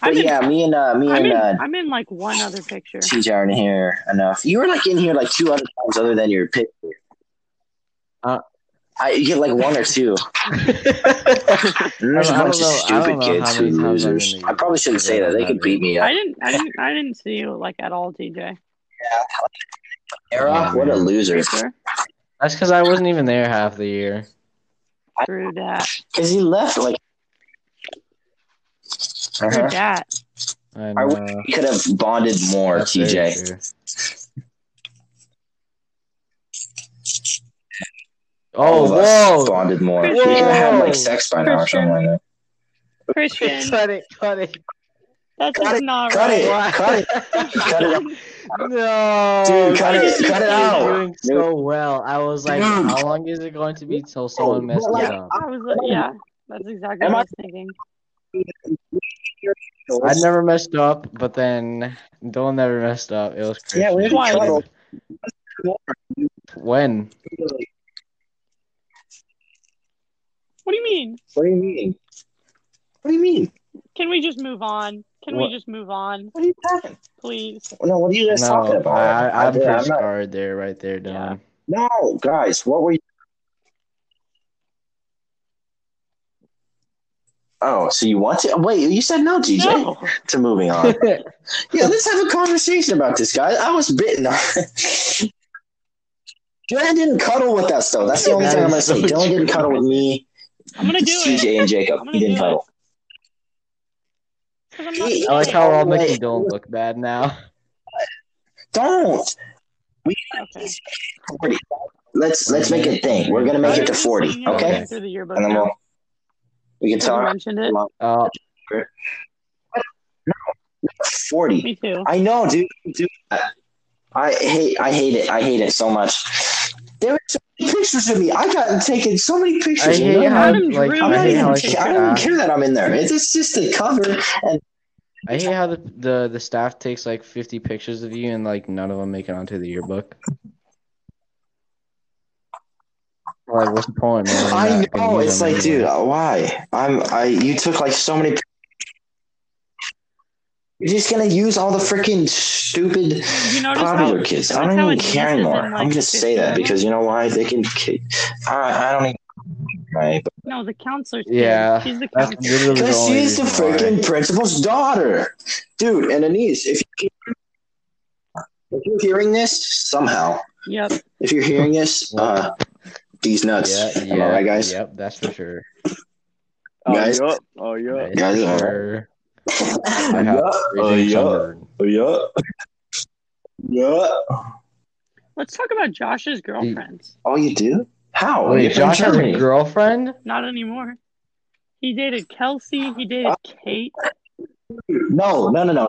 Speaker 1: But
Speaker 3: I'm in,
Speaker 1: yeah, me and uh, me
Speaker 3: I'm
Speaker 1: and
Speaker 3: in,
Speaker 1: uh,
Speaker 3: I'm in like one other picture.
Speaker 1: TJ aren't here enough. You were like in here like two other times other than your picture.
Speaker 2: Uh.
Speaker 1: I you get like one or two.
Speaker 2: oh,
Speaker 1: And there's
Speaker 2: I
Speaker 1: a
Speaker 2: don't
Speaker 1: bunch of
Speaker 2: know- I don't
Speaker 1: stupid
Speaker 2: know
Speaker 1: kids
Speaker 2: how many
Speaker 1: who
Speaker 2: times I'm
Speaker 1: losers.
Speaker 2: in the-
Speaker 1: I probably shouldn't say that. They could beat me up.
Speaker 3: I didn't, I didn't, I didn't see you like at all, TJ.
Speaker 1: Era,
Speaker 2: Oh,
Speaker 1: what a
Speaker 2: man.
Speaker 1: loser.
Speaker 3: Pretty sure.
Speaker 2: that's because I wasn't even there half the year.
Speaker 3: Through that,
Speaker 1: Cause he left like.
Speaker 3: through
Speaker 1: Uh-huh.
Speaker 3: that.
Speaker 2: I
Speaker 1: I wish
Speaker 2: know.
Speaker 1: we could have bonded more,
Speaker 2: That's very
Speaker 1: TJ.
Speaker 2: true. Oh,
Speaker 1: All of us
Speaker 2: whoa!
Speaker 1: bonded more. We
Speaker 3: Whoa.
Speaker 1: could have had like sex by now or
Speaker 3: Christian.
Speaker 1: something like that.
Speaker 3: Christian,
Speaker 2: Cut it! Cut it!
Speaker 3: that's
Speaker 1: Cut
Speaker 3: just
Speaker 1: it,
Speaker 3: not
Speaker 1: cut
Speaker 3: right.
Speaker 1: it. cut Cut it
Speaker 2: No,
Speaker 1: Dude, cut it- cut it
Speaker 2: You're
Speaker 1: out.
Speaker 2: Doing so well. I was like,
Speaker 1: Dude.
Speaker 2: how long is it going to be till someone
Speaker 1: but
Speaker 2: messes
Speaker 1: like-
Speaker 2: up?
Speaker 3: I was like, yeah, that's exactly
Speaker 1: Am
Speaker 3: what
Speaker 1: I-
Speaker 3: I was thinking.
Speaker 2: I never messed up, but then Dylan never messed up. It was crazy.
Speaker 1: Yeah, we
Speaker 3: Why?
Speaker 1: had trouble.
Speaker 2: When?
Speaker 3: What do you mean?
Speaker 1: What do you mean? What do you mean?
Speaker 3: Can we just move on? Can
Speaker 2: What-
Speaker 3: we just move on,
Speaker 1: What are you talking?
Speaker 3: please?
Speaker 1: No, what are you guys talking
Speaker 2: No,
Speaker 1: about?
Speaker 2: I, I, I'm
Speaker 1: did-
Speaker 2: pretty
Speaker 1: I'm not-
Speaker 2: scarred there, right there,
Speaker 3: Yeah.
Speaker 2: Dylan.
Speaker 1: No, guys, what were you? Oh, so you want to? Wait, you said no, DJ.
Speaker 3: No,
Speaker 1: To moving on. yeah, let's have a conversation about this, guys. I was bitten. Dylan didn't cuddle with us, though. That's the only
Speaker 2: That
Speaker 1: thing I'm gonna
Speaker 2: is
Speaker 1: say.
Speaker 2: so
Speaker 1: Dylan didn't
Speaker 2: true.
Speaker 1: cuddle with me,
Speaker 3: I'm gonna do it.
Speaker 1: TJ, and Jacob.
Speaker 3: I'm gonna
Speaker 1: He didn't
Speaker 3: do it.
Speaker 1: cuddle.
Speaker 3: 'Cause I'm not
Speaker 1: He-
Speaker 2: I like how we're all making
Speaker 1: Wait.
Speaker 2: Dylan look bad now.
Speaker 1: Don't.
Speaker 3: okay.
Speaker 1: Let's let's make it a thing. We're gonna make it to forty,
Speaker 3: I'm
Speaker 1: okay?
Speaker 3: looking Through the yearbook
Speaker 1: And then
Speaker 3: now.
Speaker 1: we'll we can
Speaker 3: Because you
Speaker 1: talk
Speaker 3: mentioned it.
Speaker 2: Uh,
Speaker 1: forty.
Speaker 3: Me too.
Speaker 1: I know, dude. Do that. I hate. I hate it. I hate it so much. There were so many pictures of me. I got taken so many
Speaker 2: I
Speaker 1: pictures. you
Speaker 2: hate
Speaker 1: know?
Speaker 2: how
Speaker 3: Adam
Speaker 2: like
Speaker 3: Drew
Speaker 1: I'm
Speaker 2: I uh,
Speaker 1: not
Speaker 2: hate
Speaker 1: even.
Speaker 2: how like,
Speaker 1: taking- I don't even
Speaker 2: staff,
Speaker 1: care that I'm in there. It's, it's just the cover. And
Speaker 2: I hate how the, the the staff takes like 50 pictures of you and like none of them make it onto the yearbook. Like, what's the point, man?
Speaker 1: I
Speaker 2: Not gonna
Speaker 1: know
Speaker 2: use
Speaker 1: it's
Speaker 2: them
Speaker 1: like, dude,
Speaker 2: anyway.
Speaker 1: why? I'm. I. You took like so many. You're just gonna use all the freaking stupid
Speaker 3: You notice
Speaker 1: popular
Speaker 3: how
Speaker 1: kids. I
Speaker 3: notice
Speaker 1: don't
Speaker 3: how
Speaker 1: even
Speaker 3: it
Speaker 1: care
Speaker 3: uses
Speaker 1: anymore.
Speaker 3: in,
Speaker 1: I'm
Speaker 3: like,
Speaker 1: just say
Speaker 3: 50
Speaker 1: that
Speaker 3: of
Speaker 1: because you know why? They can. I. I don't even. Right.
Speaker 3: no the counselor's kid.
Speaker 2: Yeah,
Speaker 3: She's the
Speaker 2: That's
Speaker 3: counselor.
Speaker 2: literally the
Speaker 1: Because
Speaker 2: only
Speaker 1: she's the
Speaker 2: reason why.
Speaker 1: freaking principal's daughter. Dude, and Anise, if, you if you're hearing this, somehow,
Speaker 3: Yep.
Speaker 1: if you're hearing this, uh, these nuts.
Speaker 2: Yeah, yeah,
Speaker 1: Am I right, guys?
Speaker 2: Yep, that's for sure.
Speaker 4: Oh,
Speaker 1: Guys.
Speaker 4: yup. Oh, yup.
Speaker 2: That's
Speaker 1: Guys,
Speaker 2: for
Speaker 1: alright.
Speaker 2: sure. I have
Speaker 1: Yeah, uh,
Speaker 2: freezing
Speaker 1: yeah,
Speaker 2: sunburn.
Speaker 1: yeah, yeah.
Speaker 3: Let's talk about Josh's girlfriends.
Speaker 1: Oh, you do? How?
Speaker 2: Wait,
Speaker 1: You're from
Speaker 2: Josh has a
Speaker 1: Oh, Germany.
Speaker 2: girlfriend?
Speaker 3: Not anymore. He dated Kelsey. He dated Kate.
Speaker 1: No, no, no, no.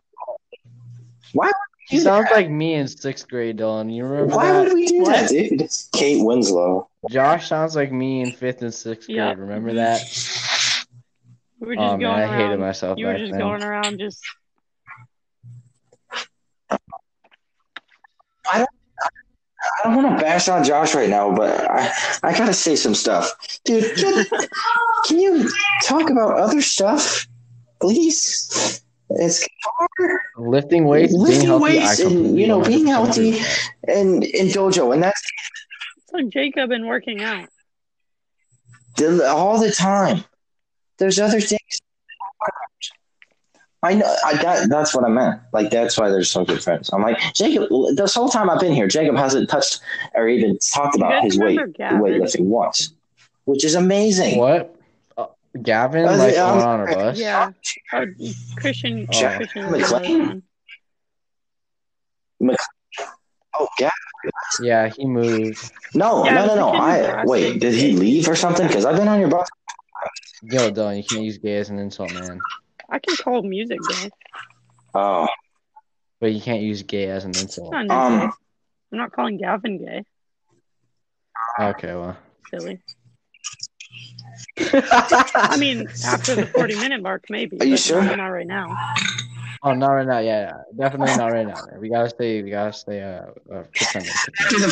Speaker 1: Why?
Speaker 2: He sounds like me in sixth grade, Dylan. You remember
Speaker 1: Why
Speaker 2: that?
Speaker 1: would we do that, dude? It's Kate Winslow.
Speaker 2: Josh sounds like me in fifth and sixth grade.
Speaker 3: Yeah.
Speaker 2: Remember that?
Speaker 3: We were just
Speaker 2: Oh
Speaker 3: going
Speaker 2: man, I
Speaker 3: around.
Speaker 2: hated myself
Speaker 3: you were
Speaker 2: back
Speaker 3: just
Speaker 2: then.
Speaker 3: going around just
Speaker 1: I don't want to bash on Josh right now, but I, I gotta say some stuff, dude. Can, can you talk about other stuff, please? It's guitar
Speaker 2: Lifting weights,
Speaker 1: Lifting
Speaker 2: being healthy, I
Speaker 1: weights and,
Speaker 2: completely
Speaker 1: you know, being
Speaker 2: 100% agree
Speaker 1: healthy.
Speaker 2: with that.
Speaker 1: and and dojo, and that's
Speaker 3: So Jacob and working out.
Speaker 1: all the time. There's other things. I know I, that. That's what I meant. Like that's why they're so good friends. I'm like Jacob. This whole time I've been here, Jacob hasn't touched or even talked
Speaker 3: You
Speaker 1: about
Speaker 3: guys
Speaker 1: his weight
Speaker 3: remember Gavin?
Speaker 1: weightlifting once, which is amazing.
Speaker 2: What? Uh, Gavin,
Speaker 1: Uh,
Speaker 2: like
Speaker 1: um,
Speaker 2: on on a bus?
Speaker 3: Yeah. Oh, Christian.
Speaker 2: Jack
Speaker 3: Christian
Speaker 1: McClane?
Speaker 3: McClane.
Speaker 1: Oh, Gavin.
Speaker 2: Yeah, he moved.
Speaker 1: No,
Speaker 3: Yeah,
Speaker 1: no,
Speaker 3: I
Speaker 1: no,
Speaker 3: was
Speaker 1: no.
Speaker 3: thinking
Speaker 1: I
Speaker 3: Nebraska.
Speaker 1: wait. Did he leave or something? Because I've been on your bus.
Speaker 2: Yo, Dylan, you can't use gay as an insult, man.
Speaker 3: I can call music gay.
Speaker 1: Oh,
Speaker 2: But you can't use gay as an
Speaker 3: It's
Speaker 2: insult.
Speaker 3: not an
Speaker 1: um,
Speaker 3: insult. I'm not calling Gavin gay.
Speaker 2: Okay, well.
Speaker 3: Silly. I
Speaker 2: I
Speaker 3: mean, after the 40 minute mark, maybe.
Speaker 1: Are you
Speaker 3: but
Speaker 1: sure?
Speaker 3: Not right now.
Speaker 2: oh, not right now. Yeah, yeah, definitely not right now. We gotta stay. We gotta stay. Uh, uh pretending.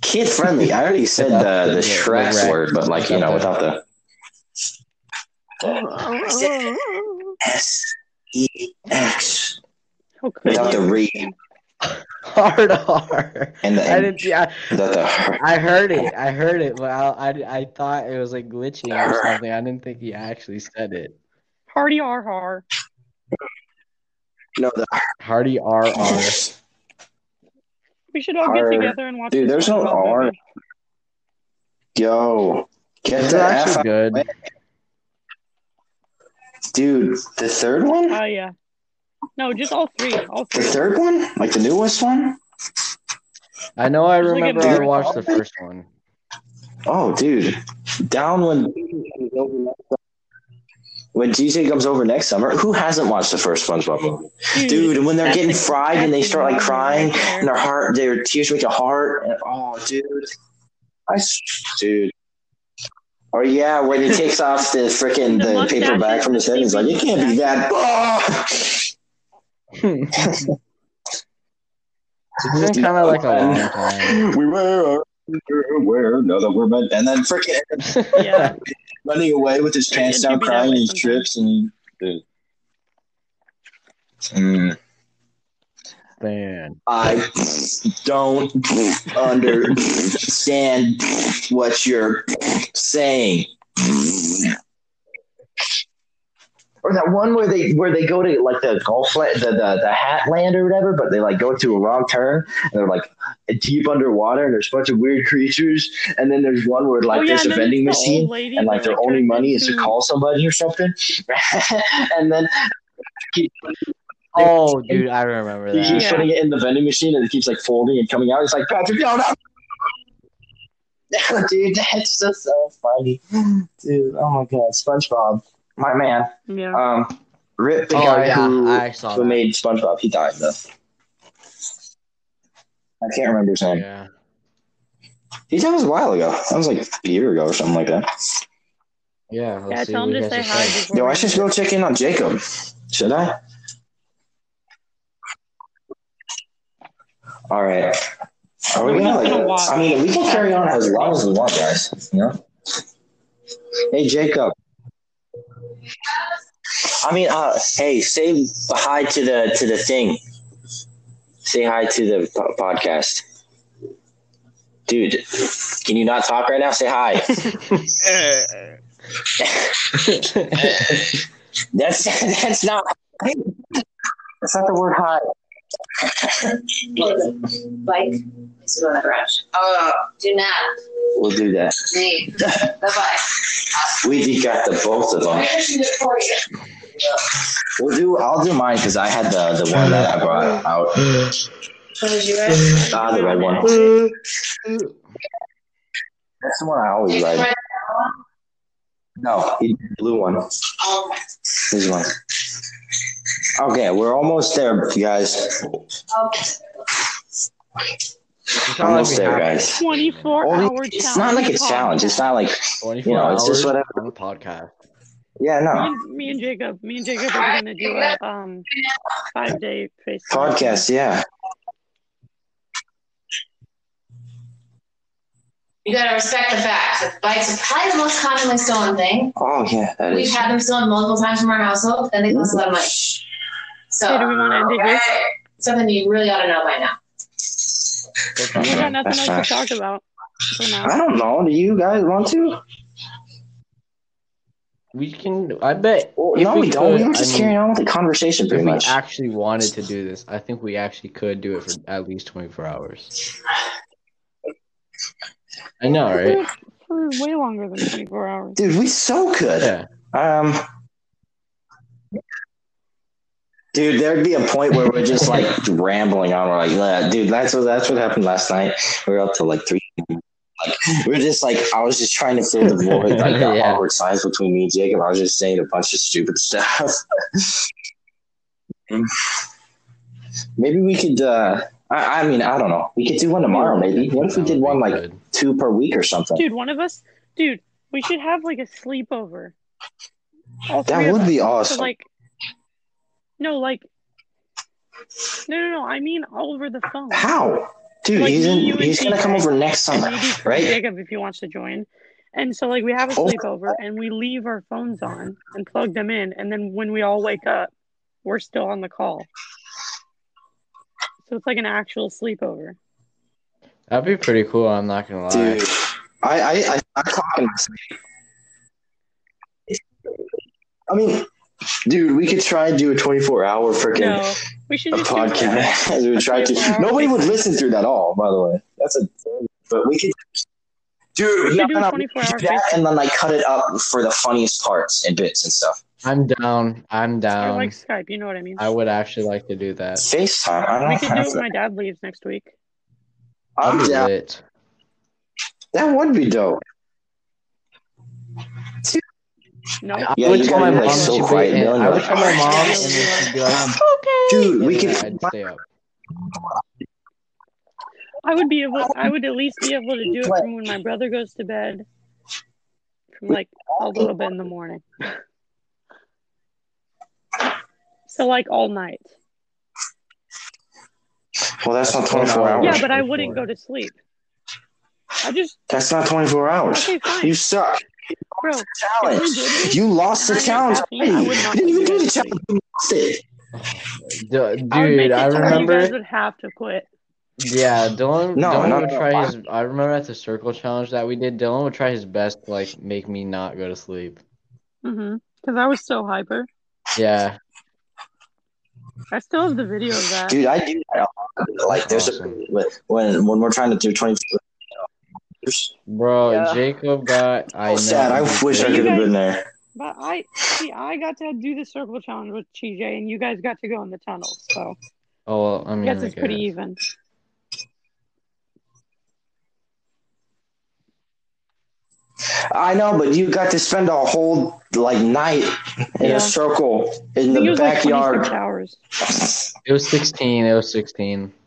Speaker 1: kid friendly. I already said the
Speaker 2: Without the-
Speaker 1: the
Speaker 2: the
Speaker 1: Shrek
Speaker 2: rack.
Speaker 1: word, but like you know, without the
Speaker 4: Oh.
Speaker 1: S E X,
Speaker 3: Oh,
Speaker 1: without the
Speaker 3: Christian.
Speaker 1: re,
Speaker 2: Hard R.
Speaker 1: and the
Speaker 2: I didn't. Yeah,
Speaker 1: without the her.
Speaker 2: I heard it. I heard it, but I, I, I thought it was like glitching or something. I didn't think he actually said it.
Speaker 3: Hardy R. Har.
Speaker 1: No, the
Speaker 2: Hardy R R.
Speaker 3: We should all
Speaker 1: Har.
Speaker 3: get together and watch.
Speaker 1: Dude,
Speaker 3: this
Speaker 1: there's no
Speaker 3: Marvel
Speaker 1: R.
Speaker 3: movie.
Speaker 1: yo. Get
Speaker 2: Those
Speaker 1: the
Speaker 2: are
Speaker 1: F
Speaker 2: actually good.
Speaker 1: dude. The third one,
Speaker 3: Oh yeah. No, just all three. All
Speaker 1: the
Speaker 3: three.
Speaker 1: third one, like the newest one.
Speaker 2: I know. I
Speaker 3: Those are good
Speaker 2: remember. I
Speaker 3: movies.
Speaker 2: watched the first one.
Speaker 1: Oh, dude, down when when DJ comes over next summer. Who hasn't watched the first SpongeBob movie? Dude, and when they're
Speaker 3: that's
Speaker 1: getting
Speaker 3: the-
Speaker 1: fried and they
Speaker 3: that's
Speaker 1: start like
Speaker 3: the one
Speaker 1: crying
Speaker 3: right there.
Speaker 1: and their heart, their tears make a heart. And, oh, dude, I s- dude. Or yeah, when he takes off the freaking
Speaker 3: The
Speaker 1: the, paper
Speaker 3: mustache
Speaker 1: bag from his head, he's like, it can't be that. Oh!
Speaker 2: it's been kind of like a long time.
Speaker 1: we were where no that we're meant, and then freaking
Speaker 3: Yeah.
Speaker 1: running away with his pants
Speaker 3: It should
Speaker 1: down,
Speaker 3: be that
Speaker 1: crying, and
Speaker 3: way
Speaker 1: he
Speaker 3: sometimes.
Speaker 1: trips and he. Mm.
Speaker 2: Man.
Speaker 1: I don't understand what you're saying. Or that one where they where they go to like the golf la- the, the the hat land or whatever, but they like go to a wrong turn and they're like deep underwater and there's a bunch of weird creatures and then there's one where like
Speaker 3: Oh, yeah,
Speaker 1: there's
Speaker 3: and
Speaker 1: a
Speaker 3: then
Speaker 1: vending
Speaker 3: it's the old
Speaker 1: machine
Speaker 3: lady
Speaker 1: and like
Speaker 3: that,
Speaker 1: their only
Speaker 3: turns
Speaker 1: money is to
Speaker 3: into-
Speaker 1: call somebody or something, and then
Speaker 2: Oh, dude, I remember
Speaker 1: He keeps
Speaker 2: that.
Speaker 3: Yeah.
Speaker 1: putting it in the vending machine and it keeps like folding and coming out. He's like, Patrick, no, no. Dude, that's just so funny. Dude, oh my god, SpongeBob, my man.
Speaker 3: Yeah.
Speaker 1: Um, Rip, the
Speaker 2: Oh,
Speaker 1: guy
Speaker 2: yeah,
Speaker 1: who,
Speaker 2: I saw
Speaker 1: who
Speaker 2: that.
Speaker 1: made SpongeBob, he died though. I can't remember his name.
Speaker 2: Yeah.
Speaker 1: He died a while ago. That was like a year ago or something like that.
Speaker 2: Yeah. Let's
Speaker 3: Yeah.
Speaker 2: see
Speaker 3: Tell
Speaker 2: what
Speaker 3: him
Speaker 2: he
Speaker 3: to
Speaker 2: has
Speaker 3: say
Speaker 2: to
Speaker 3: hi.
Speaker 2: say.
Speaker 3: before
Speaker 1: Yo,
Speaker 3: we
Speaker 1: I should
Speaker 3: leave.
Speaker 1: go check in on Jacob. Should I? All right. Are we
Speaker 3: We're
Speaker 1: gonna
Speaker 3: just gonna
Speaker 1: like?
Speaker 3: walk.
Speaker 1: I mean, we can carry on as long as we want, guys. You know. Hey, Jacob. I mean, uh, hey, say hi to the to the thing. Say hi to the po- podcast, dude. Can you not talk right now? Say hi. That's that's not. That's not the word hi.
Speaker 5: bike is in the garage. Oh. Do not
Speaker 1: We'll do that.
Speaker 5: name the bike.
Speaker 1: We got the both of them. We'll do. I'll do mine because I had the the one that I brought out. Ah, the red one. That's the one I always ride. No, the blue one. This one. Okay, we're almost there, guys. Almost there, guys.
Speaker 3: 24
Speaker 1: Only-
Speaker 3: hour
Speaker 1: it's not like it's challenge. It's not like
Speaker 2: 24
Speaker 1: you know, it's
Speaker 2: hours
Speaker 1: just whatever.
Speaker 2: on the podcast.
Speaker 1: Yeah,
Speaker 3: Me
Speaker 1: no.
Speaker 3: and, me and Jacob, me and Jacob are gonna do a um five day face
Speaker 1: Podcast, yeah.
Speaker 5: You gotta respect the fact that bikes are probably the most commonly stolen thing.
Speaker 1: Oh, yeah, that
Speaker 5: We've
Speaker 1: is.
Speaker 5: had them stolen multiple times from our household, and they cost a lot of money. So
Speaker 3: Hey, do we want to end it here?
Speaker 5: something you really ought to know by now.
Speaker 3: We
Speaker 1: Okay,
Speaker 3: got nothing
Speaker 1: that's
Speaker 3: else to talk about for
Speaker 1: I
Speaker 3: now.
Speaker 1: don't know. Do you guys want to?
Speaker 2: We can. I bet.
Speaker 1: Well,
Speaker 2: if
Speaker 1: no, we, don't.
Speaker 2: could,
Speaker 1: We were
Speaker 2: I
Speaker 1: just
Speaker 2: mean,
Speaker 1: carrying on with the conversation
Speaker 2: If
Speaker 1: pretty
Speaker 2: we
Speaker 1: much.
Speaker 2: actually wanted to do this, I think we actually could do it for at least 24 hours. I know, right?
Speaker 3: For way longer than twenty four hours.
Speaker 1: Dude, we so could.
Speaker 2: Yeah.
Speaker 1: Um, dude, there'd be a point where we're just like rambling on. We're like, "Nah, dude, that's what that's what happened last night. We were up to like three. Like, we we're just like, I was just trying to fill the void, like the
Speaker 2: Yeah.
Speaker 1: awkward silence between me and Jacob. I was just saying a bunch of stupid stuff. maybe we could. uh I, I mean, I don't know. We could do one tomorrow. Maybe. What if we
Speaker 2: That would
Speaker 1: did
Speaker 2: be
Speaker 1: one like
Speaker 2: good.
Speaker 1: two per week or something?
Speaker 3: Dude, one of us dude, we should have like a sleepover. All three
Speaker 1: that
Speaker 3: of
Speaker 1: would
Speaker 3: us.
Speaker 1: be
Speaker 3: So
Speaker 1: awesome.
Speaker 3: like, no, like, no, no, no. I mean over the phone.
Speaker 1: How? Dude,
Speaker 3: Like,
Speaker 1: he's,
Speaker 3: you
Speaker 1: in,
Speaker 3: and
Speaker 1: he's gonna
Speaker 3: DJ
Speaker 1: come over next
Speaker 3: And
Speaker 1: summer,
Speaker 3: maybe
Speaker 1: Oh, right?
Speaker 3: Jacob, if he wants to join. And so, like, we have a
Speaker 1: Oh.
Speaker 3: sleepover, and we leave our phones on and plug them in, and then when we all wake up, we're still on the call. So it's like an actual sleepover.
Speaker 2: That'd be pretty cool. I'm not gonna lie.
Speaker 1: Dude, I I I, I clock in my sleep. I mean, dude, we could try and do a twenty-four hour freaking
Speaker 3: No, we should
Speaker 1: a
Speaker 3: just do it.
Speaker 1: podcast. we would try to.
Speaker 3: 24
Speaker 1: Nobody would listen through that all, by the way. That's a. But we could. Dude,
Speaker 3: We
Speaker 1: no,
Speaker 3: should do
Speaker 1: no,
Speaker 3: a
Speaker 1: no, we
Speaker 3: 24 hour
Speaker 1: could do that
Speaker 3: Facebook.
Speaker 1: and then like cut it up for the funniest parts and bits and stuff.
Speaker 2: I'm down. I'm
Speaker 3: I
Speaker 2: down.
Speaker 3: like Skype. You know what I mean.
Speaker 2: Um, I would actually like to do that.
Speaker 1: FaceTime. I don't
Speaker 3: we could do
Speaker 1: have
Speaker 3: it when
Speaker 1: to-
Speaker 3: my dad leaves next week.
Speaker 1: I'm down.
Speaker 2: Lit.
Speaker 1: That would be dope.
Speaker 3: No,
Speaker 2: I
Speaker 1: Yeah,
Speaker 2: would
Speaker 1: you
Speaker 2: tell my
Speaker 1: gotta be, like,
Speaker 2: mom and
Speaker 1: so
Speaker 2: she'd be-
Speaker 1: quiet,
Speaker 2: and
Speaker 1: Dylan,
Speaker 2: I would
Speaker 1: like,
Speaker 2: tell my mom and
Speaker 5: "Alright."
Speaker 2: then she'd be like,
Speaker 1: Dude, we
Speaker 2: yeah,
Speaker 1: could.
Speaker 2: I'd stay up.
Speaker 3: I would be able. I would at least be able to do it from when my brother goes to bed, from like a little bit in the morning. So like all night.
Speaker 1: Well, that's not 24 hours.
Speaker 3: Yeah, but I wouldn't go to sleep. I just
Speaker 1: That's not 24 hours.
Speaker 3: okay, fine,
Speaker 1: You suck.
Speaker 3: bro. If we
Speaker 1: Challenge.
Speaker 3: did this,
Speaker 1: You lost the
Speaker 3: I didn't
Speaker 1: challenge.
Speaker 3: have-
Speaker 1: already.
Speaker 3: I would
Speaker 1: You
Speaker 3: not
Speaker 1: didn't even
Speaker 3: do
Speaker 1: do the
Speaker 3: that.
Speaker 1: challenge. You lost it.
Speaker 2: Du-
Speaker 3: I would make
Speaker 2: Dude,
Speaker 3: it
Speaker 2: I
Speaker 3: to where You guys
Speaker 2: remember.
Speaker 3: would have to quit.
Speaker 2: Yeah, Dylan.
Speaker 1: No,
Speaker 2: Dylan
Speaker 1: no,
Speaker 2: would
Speaker 1: no,
Speaker 2: try
Speaker 1: I-
Speaker 2: his. I remember at the circle challenge that we did. Dylan would try his best to like make me not go to sleep.
Speaker 3: Mm-hmm. Because I was so hyper.
Speaker 2: Yeah,
Speaker 3: I still have the video of that.
Speaker 1: Dude, I do that. a lot. Like, there's
Speaker 2: Awesome.
Speaker 1: a, when when we're trying to do 24 hours.
Speaker 2: bro.
Speaker 3: Yeah.
Speaker 2: Jacob got. I
Speaker 1: Oh, sad.
Speaker 2: know,
Speaker 1: I
Speaker 2: he
Speaker 1: wish I
Speaker 2: did.
Speaker 1: could have been there.
Speaker 3: But I see, I got to do the circle challenge with TJ, and you guys got to go in the tunnel. So
Speaker 2: Oh, well, I
Speaker 3: I
Speaker 2: mean,
Speaker 3: guess it's pretty
Speaker 2: guess.
Speaker 3: even.
Speaker 1: I know, but you got to spend a whole like night in
Speaker 3: Yeah.
Speaker 1: a circle in
Speaker 3: I think it
Speaker 1: the
Speaker 3: was like
Speaker 1: backyard.
Speaker 3: 26 hours.
Speaker 2: It was sixteen. It was sixteen.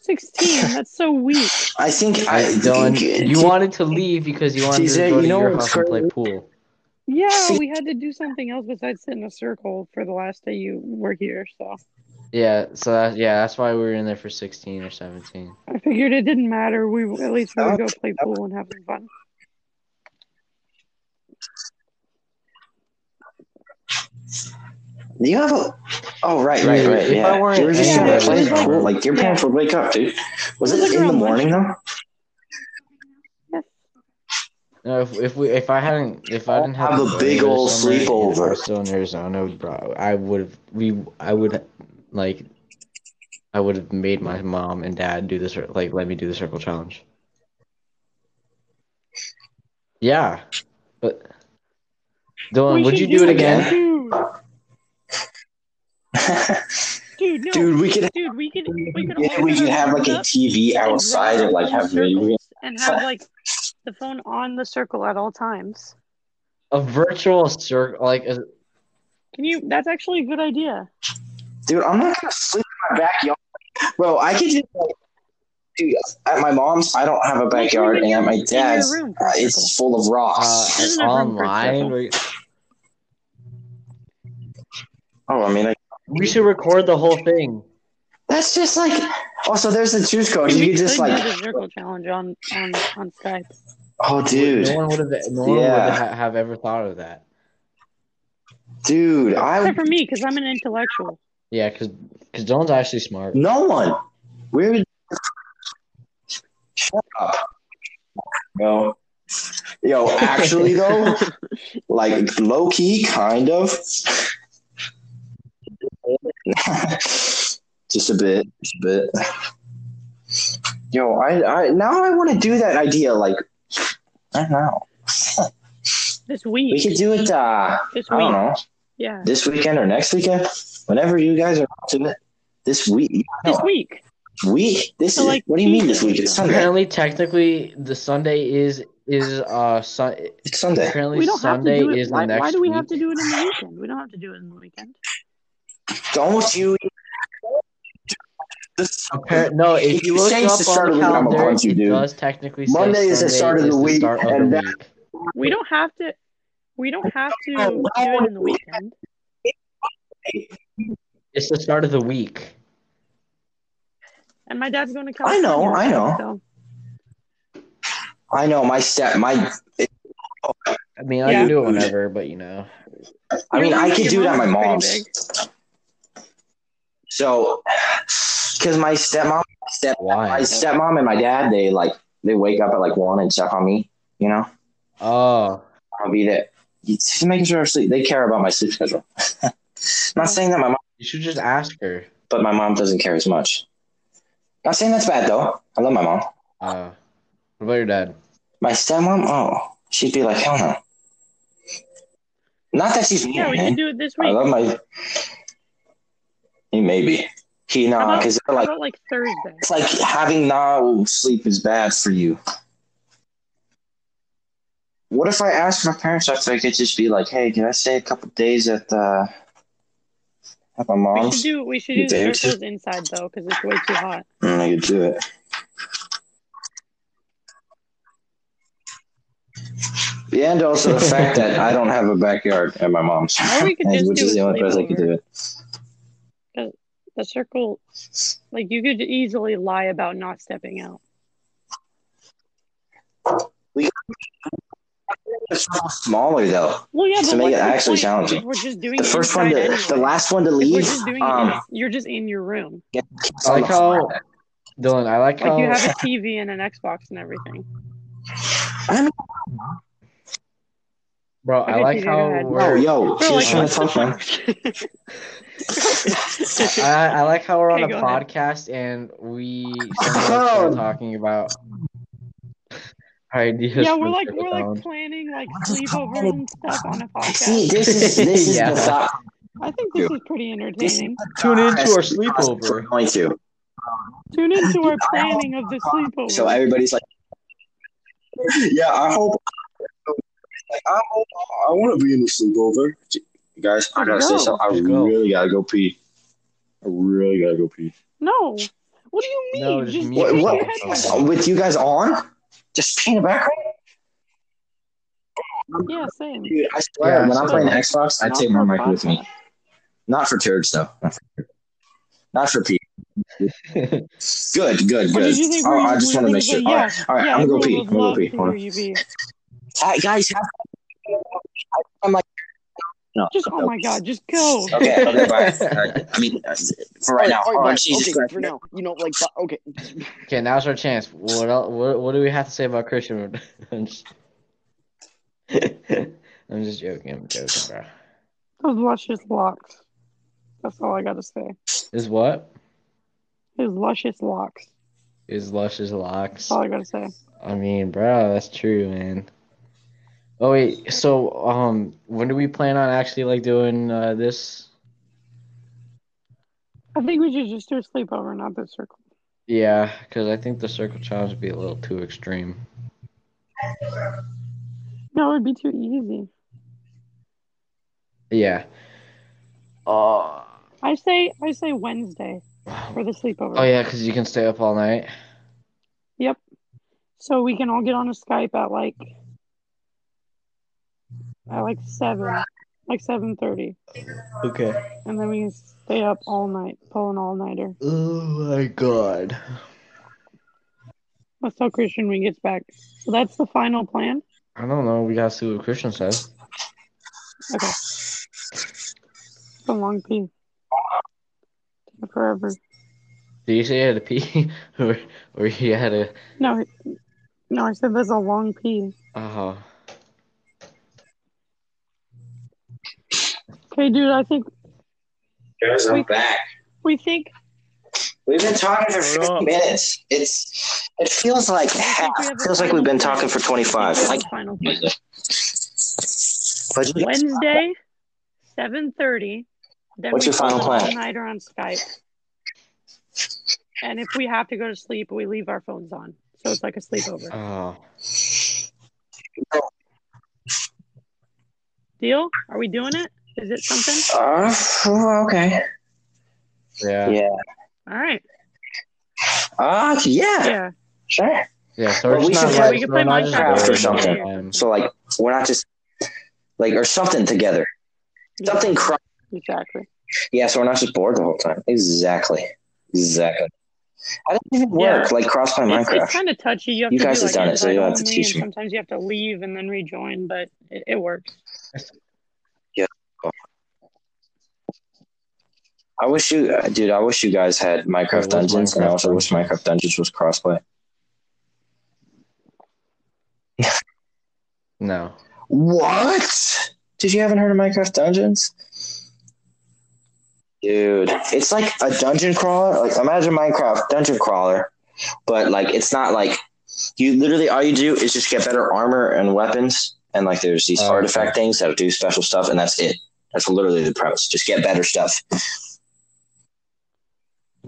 Speaker 3: 16. That's so weak.
Speaker 1: I think I.
Speaker 2: I, Dylan, you wanted to leave because you wanted
Speaker 1: TJ,
Speaker 2: to go
Speaker 1: you
Speaker 2: to
Speaker 1: know
Speaker 2: your
Speaker 1: what's
Speaker 2: house and play
Speaker 1: crazy?
Speaker 2: pool.
Speaker 3: Yeah,
Speaker 1: See-
Speaker 3: we had to do something else besides sit in a circle for the last day you were here. So
Speaker 2: Yeah, so that, yeah, that's why we were in there for sixteen or seventeen.
Speaker 3: I figured it didn't matter. We at least we would go play pool and have some fun.
Speaker 1: You have a. Oh right, right,
Speaker 2: Dude,
Speaker 1: right.
Speaker 2: if
Speaker 1: Yeah.
Speaker 2: I weren't
Speaker 1: you were just
Speaker 3: in
Speaker 1: gonna
Speaker 3: it,
Speaker 1: play
Speaker 3: it was
Speaker 1: pool.
Speaker 2: like-
Speaker 1: Like your parents would wake up, dude. Was
Speaker 3: It
Speaker 1: it
Speaker 3: was like
Speaker 1: in the
Speaker 3: around
Speaker 1: morning though?
Speaker 3: Yes.
Speaker 2: No, if, if we if I hadn't if I didn't have,
Speaker 1: Have a
Speaker 2: the
Speaker 1: big
Speaker 2: Raiders
Speaker 1: ol'
Speaker 2: summer and
Speaker 1: sleepover.
Speaker 2: we're still in Arizona, bro, I would have we I would like I would have made my mom and dad do this like let me do the circle challenge. Yeah, but Dylan,
Speaker 3: We
Speaker 2: would you
Speaker 3: should
Speaker 2: do it again?
Speaker 3: Dude, dude, no. Dude.
Speaker 1: dude, we could.
Speaker 3: we could we could
Speaker 1: Yeah,
Speaker 3: all
Speaker 1: we
Speaker 3: put
Speaker 1: could
Speaker 3: our
Speaker 1: have like a
Speaker 3: phones up
Speaker 1: TV
Speaker 3: and
Speaker 1: outside
Speaker 3: draw
Speaker 1: and like
Speaker 3: in
Speaker 1: have video.
Speaker 3: circles and have like the phone on the circle at all times.
Speaker 2: A virtual circle, like a,
Speaker 3: Can you? That's actually a good idea.
Speaker 1: Dude, I'm not gonna sleep in my backyard, bro. I could just like, dude, at my mom's. I don't have a
Speaker 3: Like, you
Speaker 1: backyard,
Speaker 3: in
Speaker 1: and
Speaker 3: your-
Speaker 1: at my
Speaker 3: in your
Speaker 1: dad's,
Speaker 3: room for
Speaker 1: uh,
Speaker 3: a circle.
Speaker 1: it's full of
Speaker 2: uh,
Speaker 1: rocks.
Speaker 3: There's no room for a
Speaker 2: online.
Speaker 3: circle.
Speaker 2: where you-
Speaker 1: Oh, I mean, like,
Speaker 2: We should record the whole thing.
Speaker 1: that's just like. Also, there's the juice code.
Speaker 3: We
Speaker 1: You could just
Speaker 3: could do
Speaker 1: like,
Speaker 3: the circle challenge on on on Skype.
Speaker 1: oh, dude,
Speaker 2: No one would have. No one
Speaker 1: Yeah.
Speaker 2: would ha- have ever thought of that.
Speaker 1: dude, I.
Speaker 3: Except for me, because I'm an intellectual.
Speaker 2: Yeah, because because Dylan's actually smart.
Speaker 1: No one. We're. Shut up. No. Yo, actually though, like low key, kind of. just a bit, just a bit. Yo, I, I now I want to do that idea. Like, I don't know.
Speaker 3: This
Speaker 1: We
Speaker 3: week,
Speaker 1: could do it. Uh,
Speaker 3: this
Speaker 1: I don't
Speaker 3: week,
Speaker 1: know,
Speaker 3: yeah,
Speaker 1: this weekend or next weekend, whenever you guys are up to it. This week,
Speaker 3: this
Speaker 1: no,
Speaker 3: week.
Speaker 1: week. This
Speaker 3: So,
Speaker 1: is.
Speaker 3: like,
Speaker 1: what do you mean this week? It's Sunday.
Speaker 2: Apparently, technically, the Sunday is is uh sun.
Speaker 1: It's Sunday.
Speaker 2: Apparently,
Speaker 3: We don't
Speaker 2: Sunday
Speaker 3: have to do
Speaker 2: is
Speaker 3: it. Why,
Speaker 2: the next
Speaker 3: why do we
Speaker 2: week.
Speaker 3: have to do it in the weekend? We don't have to do it in the weekend.
Speaker 1: Don't you? This,
Speaker 2: Appar- no, if,
Speaker 1: If
Speaker 2: you
Speaker 1: you
Speaker 2: look
Speaker 1: change
Speaker 2: up
Speaker 1: the start
Speaker 2: on
Speaker 1: of the
Speaker 2: the
Speaker 1: week, I'ma
Speaker 2: calendar,
Speaker 1: punch you,
Speaker 2: it
Speaker 1: dude.
Speaker 2: does technically say
Speaker 1: Monday is the start of
Speaker 2: Sunday
Speaker 1: the
Speaker 2: is
Speaker 1: week,
Speaker 2: start of
Speaker 1: and
Speaker 2: the
Speaker 1: that-
Speaker 2: week.
Speaker 3: We don't have to. We don't have to
Speaker 1: Oh,
Speaker 3: do it in the weekend.
Speaker 2: It's the start of the week.
Speaker 3: And my dad's going to come.
Speaker 1: I know, I know.
Speaker 3: So
Speaker 1: I know my step. My.
Speaker 2: I mean, I
Speaker 3: Yeah.
Speaker 2: can do it whenever, but you know,
Speaker 1: I mean,
Speaker 3: Your
Speaker 1: I
Speaker 3: mom-
Speaker 1: could
Speaker 3: your
Speaker 1: do it at my
Speaker 3: mom's pretty
Speaker 1: mom's. So, because my stepmom, step, my
Speaker 2: why?
Speaker 1: stepmom and my dad, they like they wake up at like one and check on me. You know,
Speaker 2: Oh,
Speaker 1: I'll be there. Just making sure I sleep. They care about my sleep schedule. Not saying that my mom,
Speaker 2: you should just ask her.
Speaker 1: but my mom doesn't care as much. Not saying that's bad though. I love my mom.
Speaker 2: Uh, what about your dad?
Speaker 1: My stepmom, oh, she'd be like, hell no. Not that she's mean,
Speaker 3: Yeah, we
Speaker 1: man.
Speaker 3: can do it this
Speaker 1: I
Speaker 3: week.
Speaker 1: love my. He maybe he
Speaker 3: How
Speaker 1: nah,
Speaker 3: about-
Speaker 1: because
Speaker 3: How
Speaker 1: they're like
Speaker 3: about like Thursday?
Speaker 1: it's like having no sleep is bad for you. What if I asked my parents if they could just be like, "Hey, can I stay a couple days at the at my
Speaker 3: We should
Speaker 1: mom's?"
Speaker 3: do. We should
Speaker 1: You
Speaker 3: do the
Speaker 1: think?
Speaker 3: circles inside though, because it's way too hot.
Speaker 1: And I could do it. Yeah, and also the fact that I don't have a backyard at my mom's,
Speaker 3: Or we could just
Speaker 1: which
Speaker 3: do
Speaker 1: is
Speaker 3: a
Speaker 1: the only place I could do it.
Speaker 3: The circle, like you could easily lie about not stepping out.
Speaker 1: It's a little smaller though.
Speaker 3: Well, yeah,
Speaker 1: To
Speaker 3: but
Speaker 1: make
Speaker 3: like,
Speaker 1: it
Speaker 3: the
Speaker 1: actually
Speaker 3: point is
Speaker 1: challenging.
Speaker 3: We're just doing
Speaker 1: The
Speaker 3: it
Speaker 1: first one,
Speaker 3: inside
Speaker 1: to, the
Speaker 3: anyway.
Speaker 1: last one to
Speaker 3: If
Speaker 1: leave.
Speaker 3: We're just doing it.
Speaker 1: Um,
Speaker 3: in- You're just in your room.
Speaker 1: gets
Speaker 2: I
Speaker 1: on
Speaker 2: like
Speaker 1: the
Speaker 2: how
Speaker 1: floor.
Speaker 2: Dylan. I like
Speaker 3: Like
Speaker 2: how
Speaker 1: oh.
Speaker 3: you have a TV and an Xbox and everything.
Speaker 2: bro. I
Speaker 3: Okay,
Speaker 2: like
Speaker 3: TJ, go
Speaker 2: how
Speaker 3: ahead.
Speaker 1: Oh,
Speaker 2: we're.
Speaker 1: yo,
Speaker 3: Bro,
Speaker 1: she was
Speaker 3: like,
Speaker 1: trying to
Speaker 3: what's
Speaker 1: talk,
Speaker 3: the
Speaker 1: man.
Speaker 2: I, I like how we're on
Speaker 3: Okay,
Speaker 2: a
Speaker 3: go ahead.
Speaker 2: podcast and we are talking about ideas.
Speaker 3: yeah, we're
Speaker 2: for
Speaker 3: like we're
Speaker 2: Dylan.
Speaker 3: like planning like sleepovers and stuff on a
Speaker 1: See,
Speaker 3: podcast.
Speaker 1: this is this is
Speaker 2: Yeah.
Speaker 1: the thought.
Speaker 3: I think this is pretty entertaining.
Speaker 2: Tune into our
Speaker 1: We're
Speaker 2: sleepover.
Speaker 1: going to.
Speaker 3: Tune into our planning of the sleepover.
Speaker 1: So everybody's like, yeah, I hope. Like, I hope I want to be in the sleepover, J- guys. I gotta say
Speaker 3: Go.
Speaker 1: something. I
Speaker 2: Just go.
Speaker 1: really gotta go pee. I really gotta go pee.
Speaker 3: no. What do you mean?
Speaker 2: No, just
Speaker 3: just
Speaker 2: mute
Speaker 3: take
Speaker 1: What,
Speaker 3: your
Speaker 1: what?
Speaker 3: headphones.
Speaker 2: yourself.
Speaker 1: With you guys on? Just pee in the background,
Speaker 3: Yeah, same.
Speaker 1: dude. I swear,
Speaker 2: Yeah,
Speaker 1: when I'm
Speaker 2: so-
Speaker 1: playing Xbox, I
Speaker 3: Not
Speaker 1: take
Speaker 3: for
Speaker 1: my
Speaker 3: a
Speaker 1: mic with me.
Speaker 3: podcast.
Speaker 1: Not for turds though. Not for pee. Good, good,
Speaker 3: What
Speaker 1: good.
Speaker 3: did you think?
Speaker 1: Oh,
Speaker 3: were
Speaker 1: I
Speaker 3: you-
Speaker 1: just
Speaker 3: were
Speaker 1: want to
Speaker 3: you
Speaker 1: make sure.
Speaker 3: gonna say?
Speaker 1: All
Speaker 3: Yeah,
Speaker 1: right, all right.
Speaker 3: yeah,
Speaker 1: I'm gonna
Speaker 3: rule
Speaker 1: go pee.
Speaker 3: of
Speaker 1: I'm gonna go
Speaker 3: love
Speaker 1: pee.
Speaker 3: for
Speaker 1: Hold on.
Speaker 3: where you be.
Speaker 1: Hi, guys, have I'm like, no.
Speaker 3: Just oh my god, just go.
Speaker 1: Okay, okay, bye. Uh, I mean, uh, for right now.
Speaker 4: All
Speaker 1: Hold on,
Speaker 4: guys,
Speaker 1: Jesus
Speaker 4: okay,
Speaker 1: Christ.
Speaker 4: For now, you know, like, but- okay.
Speaker 2: okay, now's our chance. What else, what, what do we have to say about Christian? I'm just, I'm just joking. I'm joking, bro.
Speaker 3: Those luscious locks. That's all I gotta say.
Speaker 2: Is what?
Speaker 3: His luscious locks.
Speaker 2: Is Lush's locks?
Speaker 3: That's all I gotta say.
Speaker 2: I mean, bro, that's true, man. Oh wait, so um, when do we plan on actually like doing uh, this?
Speaker 3: I think we should just do a sleepover, not the circle.
Speaker 2: Yeah, because I think the circle challenge would be a little too extreme.
Speaker 3: No, it'd be too easy.
Speaker 2: Yeah. Uh,
Speaker 3: I say I say Wednesday for
Speaker 2: oh
Speaker 3: the sleepover.
Speaker 2: yeah, because you can stay up all night.
Speaker 3: Yep. So we can all get on a Skype at like at like seven like seven thirty,
Speaker 2: Okay.
Speaker 3: and then we can stay up all night, pull an all nighter.
Speaker 2: Oh my god.
Speaker 3: Let's tell Christian when he gets back. So that's the final plan.
Speaker 2: I don't know. We gotta see what Christian says.
Speaker 3: Okay. It's a long pee. Take forever.
Speaker 2: Did you say you had to pee, or or you had to?
Speaker 3: No, he- no, I said that's a long pee.
Speaker 2: Oh,
Speaker 3: Okay, dude, I think
Speaker 1: Guys, I'm back.
Speaker 3: we think
Speaker 1: We've been talking for
Speaker 4: We're
Speaker 1: 50
Speaker 4: up.
Speaker 1: minutes. It's it feels like half.
Speaker 3: we have a
Speaker 1: feels like we've been
Speaker 3: final-
Speaker 1: talking for
Speaker 3: we
Speaker 1: 25.
Speaker 3: have
Speaker 1: Like
Speaker 3: a final
Speaker 1: but you-
Speaker 3: Wednesday, seven thirty. Then
Speaker 1: What's
Speaker 3: we
Speaker 1: your final
Speaker 3: call it
Speaker 1: plan?
Speaker 3: All nighter on Skype. And if we have to go to sleep, we leave our phones on, so it's like a sleepover.
Speaker 2: oh.
Speaker 3: Deal? Are we doing it? Is it something?
Speaker 1: uh, okay.
Speaker 2: Yeah.
Speaker 1: Yeah.
Speaker 3: All right.
Speaker 1: Uh, yeah,
Speaker 3: Yeah.
Speaker 1: Sure.
Speaker 2: Yeah, so
Speaker 1: Well,
Speaker 2: it's
Speaker 1: we
Speaker 2: not
Speaker 1: should-
Speaker 2: like,
Speaker 1: yeah,
Speaker 3: we could
Speaker 2: we're
Speaker 3: play
Speaker 2: not just
Speaker 1: Minecraft or
Speaker 2: bored
Speaker 1: something.
Speaker 2: all the time.
Speaker 1: So like we're not just like or something together. Something cr-
Speaker 3: Exactly.
Speaker 1: Yeah, so we're not just bored the whole time. Exactly. Exactly. How does it even
Speaker 3: Yeah.
Speaker 1: work? Like cross by
Speaker 3: It's,
Speaker 1: Minecraft.
Speaker 3: it's kind of touchy. You have
Speaker 1: You
Speaker 3: to
Speaker 1: guys
Speaker 3: do,
Speaker 1: have
Speaker 3: like,
Speaker 1: done it, so
Speaker 3: invite
Speaker 1: you'll have to
Speaker 3: only,
Speaker 1: teach
Speaker 3: and
Speaker 1: me.
Speaker 3: Sometimes you have to leave and then rejoin, but it, it works.
Speaker 1: I wish you, uh, dude. I wish you guys had Minecraft
Speaker 2: what's
Speaker 1: Dungeons, and I
Speaker 2: Minecraft
Speaker 1: also wish
Speaker 2: Dungeons?
Speaker 1: Minecraft Dungeons was crossplay.
Speaker 2: No.
Speaker 1: What? Did you haven't heard of Minecraft Dungeons? Dude, it's like a dungeon crawler. Like imagine Minecraft dungeon crawler, but like it's not like you literally all you do is just get better armor and weapons, and like there's these
Speaker 2: Oh, okay.
Speaker 1: artifact things that do special stuff, and that's it. That's literally the premise. Just get better stuff. It's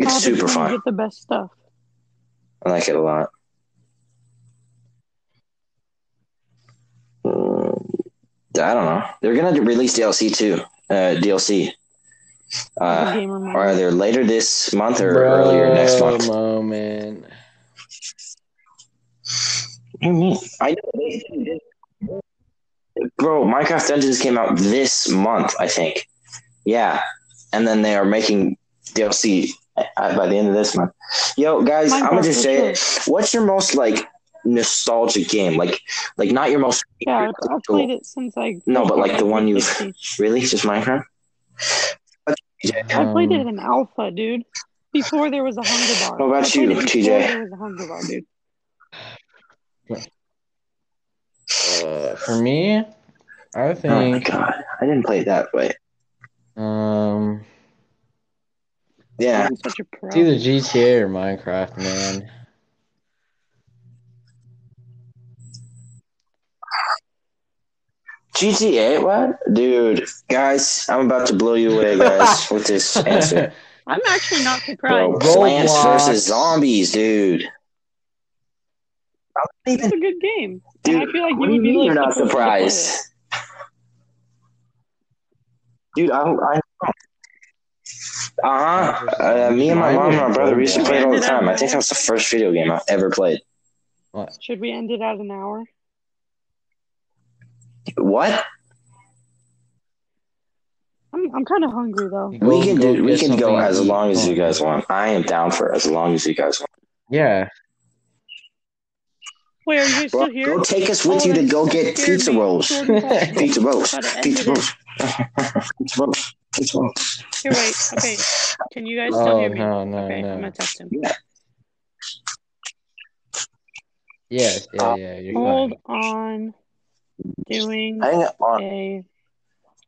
Speaker 3: All the
Speaker 1: super
Speaker 3: time,
Speaker 1: fun.
Speaker 3: Get the best stuff.
Speaker 1: I like it a lot. Mm, I don't know. They're gonna release DLC too. Uh, DLC.
Speaker 3: Uh,
Speaker 1: Uh,
Speaker 3: gamer
Speaker 1: or
Speaker 3: mind.
Speaker 1: either later this month or earlier next month. What
Speaker 2: Moment.
Speaker 1: do you mean? I know. Bro, Minecraft Dungeons came out this month, I think. Yeah, and then they are making DLC uh, by the end of this month. Yo, guys, I'm gonna
Speaker 3: Minecraft,
Speaker 1: just
Speaker 3: for
Speaker 1: say it.
Speaker 3: sure.
Speaker 1: What's your most like nostalgic game? Like, like not your most
Speaker 3: Yeah, I- I've played it since I.
Speaker 1: No, but, like, the one you've-
Speaker 3: 360.
Speaker 1: really just Minecraft.
Speaker 3: I played it
Speaker 2: Um,
Speaker 3: in alpha, dude. Before there was a hunger bar.
Speaker 1: What about
Speaker 3: I played
Speaker 1: you,
Speaker 3: it
Speaker 1: TJ?
Speaker 3: before There was a hunger bar, dude.
Speaker 2: uh, for me, I
Speaker 1: Oh my
Speaker 2: think
Speaker 1: god, I didn't play it that way.
Speaker 2: um,
Speaker 1: Yeah,
Speaker 3: I'm such a pro.
Speaker 2: it's either GTA or Minecraft, man.
Speaker 1: GTA. What, dude? Guys, I'm about to blow you away, guys, with this answer.
Speaker 3: I'm actually not surprised.
Speaker 1: Bro,
Speaker 2: Roblox.
Speaker 1: Plants versus Zombies, dude. I don't
Speaker 3: It's
Speaker 1: even,
Speaker 3: a good game. and
Speaker 1: dude.
Speaker 3: I feel like you
Speaker 1: what do
Speaker 3: would
Speaker 1: you mean
Speaker 3: be like
Speaker 1: you're
Speaker 3: the
Speaker 1: not
Speaker 3: first to play
Speaker 1: surprised,
Speaker 3: it.
Speaker 1: dude? I, I uh-huh. uh Me and my mom and my brother we used to play it all the time. I think that was the first video game I ever played.
Speaker 3: Should we end it at an hour?
Speaker 1: What?
Speaker 3: I'm, I'm kind of hungry though.
Speaker 1: we can
Speaker 2: go
Speaker 1: do. We
Speaker 2: get
Speaker 1: can go
Speaker 2: something
Speaker 1: as
Speaker 2: to eat.
Speaker 1: long as
Speaker 2: Come
Speaker 1: you
Speaker 2: on.
Speaker 1: guys want. I am down for as long as you guys want.
Speaker 2: Yeah.
Speaker 3: Wait, are you guys still
Speaker 1: Well,
Speaker 3: here?
Speaker 1: go take us with
Speaker 3: Oh,
Speaker 1: you to
Speaker 3: that
Speaker 1: go get
Speaker 3: scared
Speaker 1: pizza
Speaker 3: me.
Speaker 1: rolls.
Speaker 3: Jordan thought-
Speaker 1: Pizza rolls.
Speaker 3: thought it ended
Speaker 1: Pizza
Speaker 3: it.
Speaker 1: rolls. Pizza rolls. Pizza rolls.
Speaker 3: Here, wait. Okay, can you guys still
Speaker 2: Oh
Speaker 3: hear me?
Speaker 2: no no
Speaker 3: okay, I'm
Speaker 2: no.
Speaker 3: gonna text him.
Speaker 2: Yes yeah yeah. You're
Speaker 3: Hold
Speaker 2: fine.
Speaker 3: on. Doing
Speaker 1: Hang on.
Speaker 3: a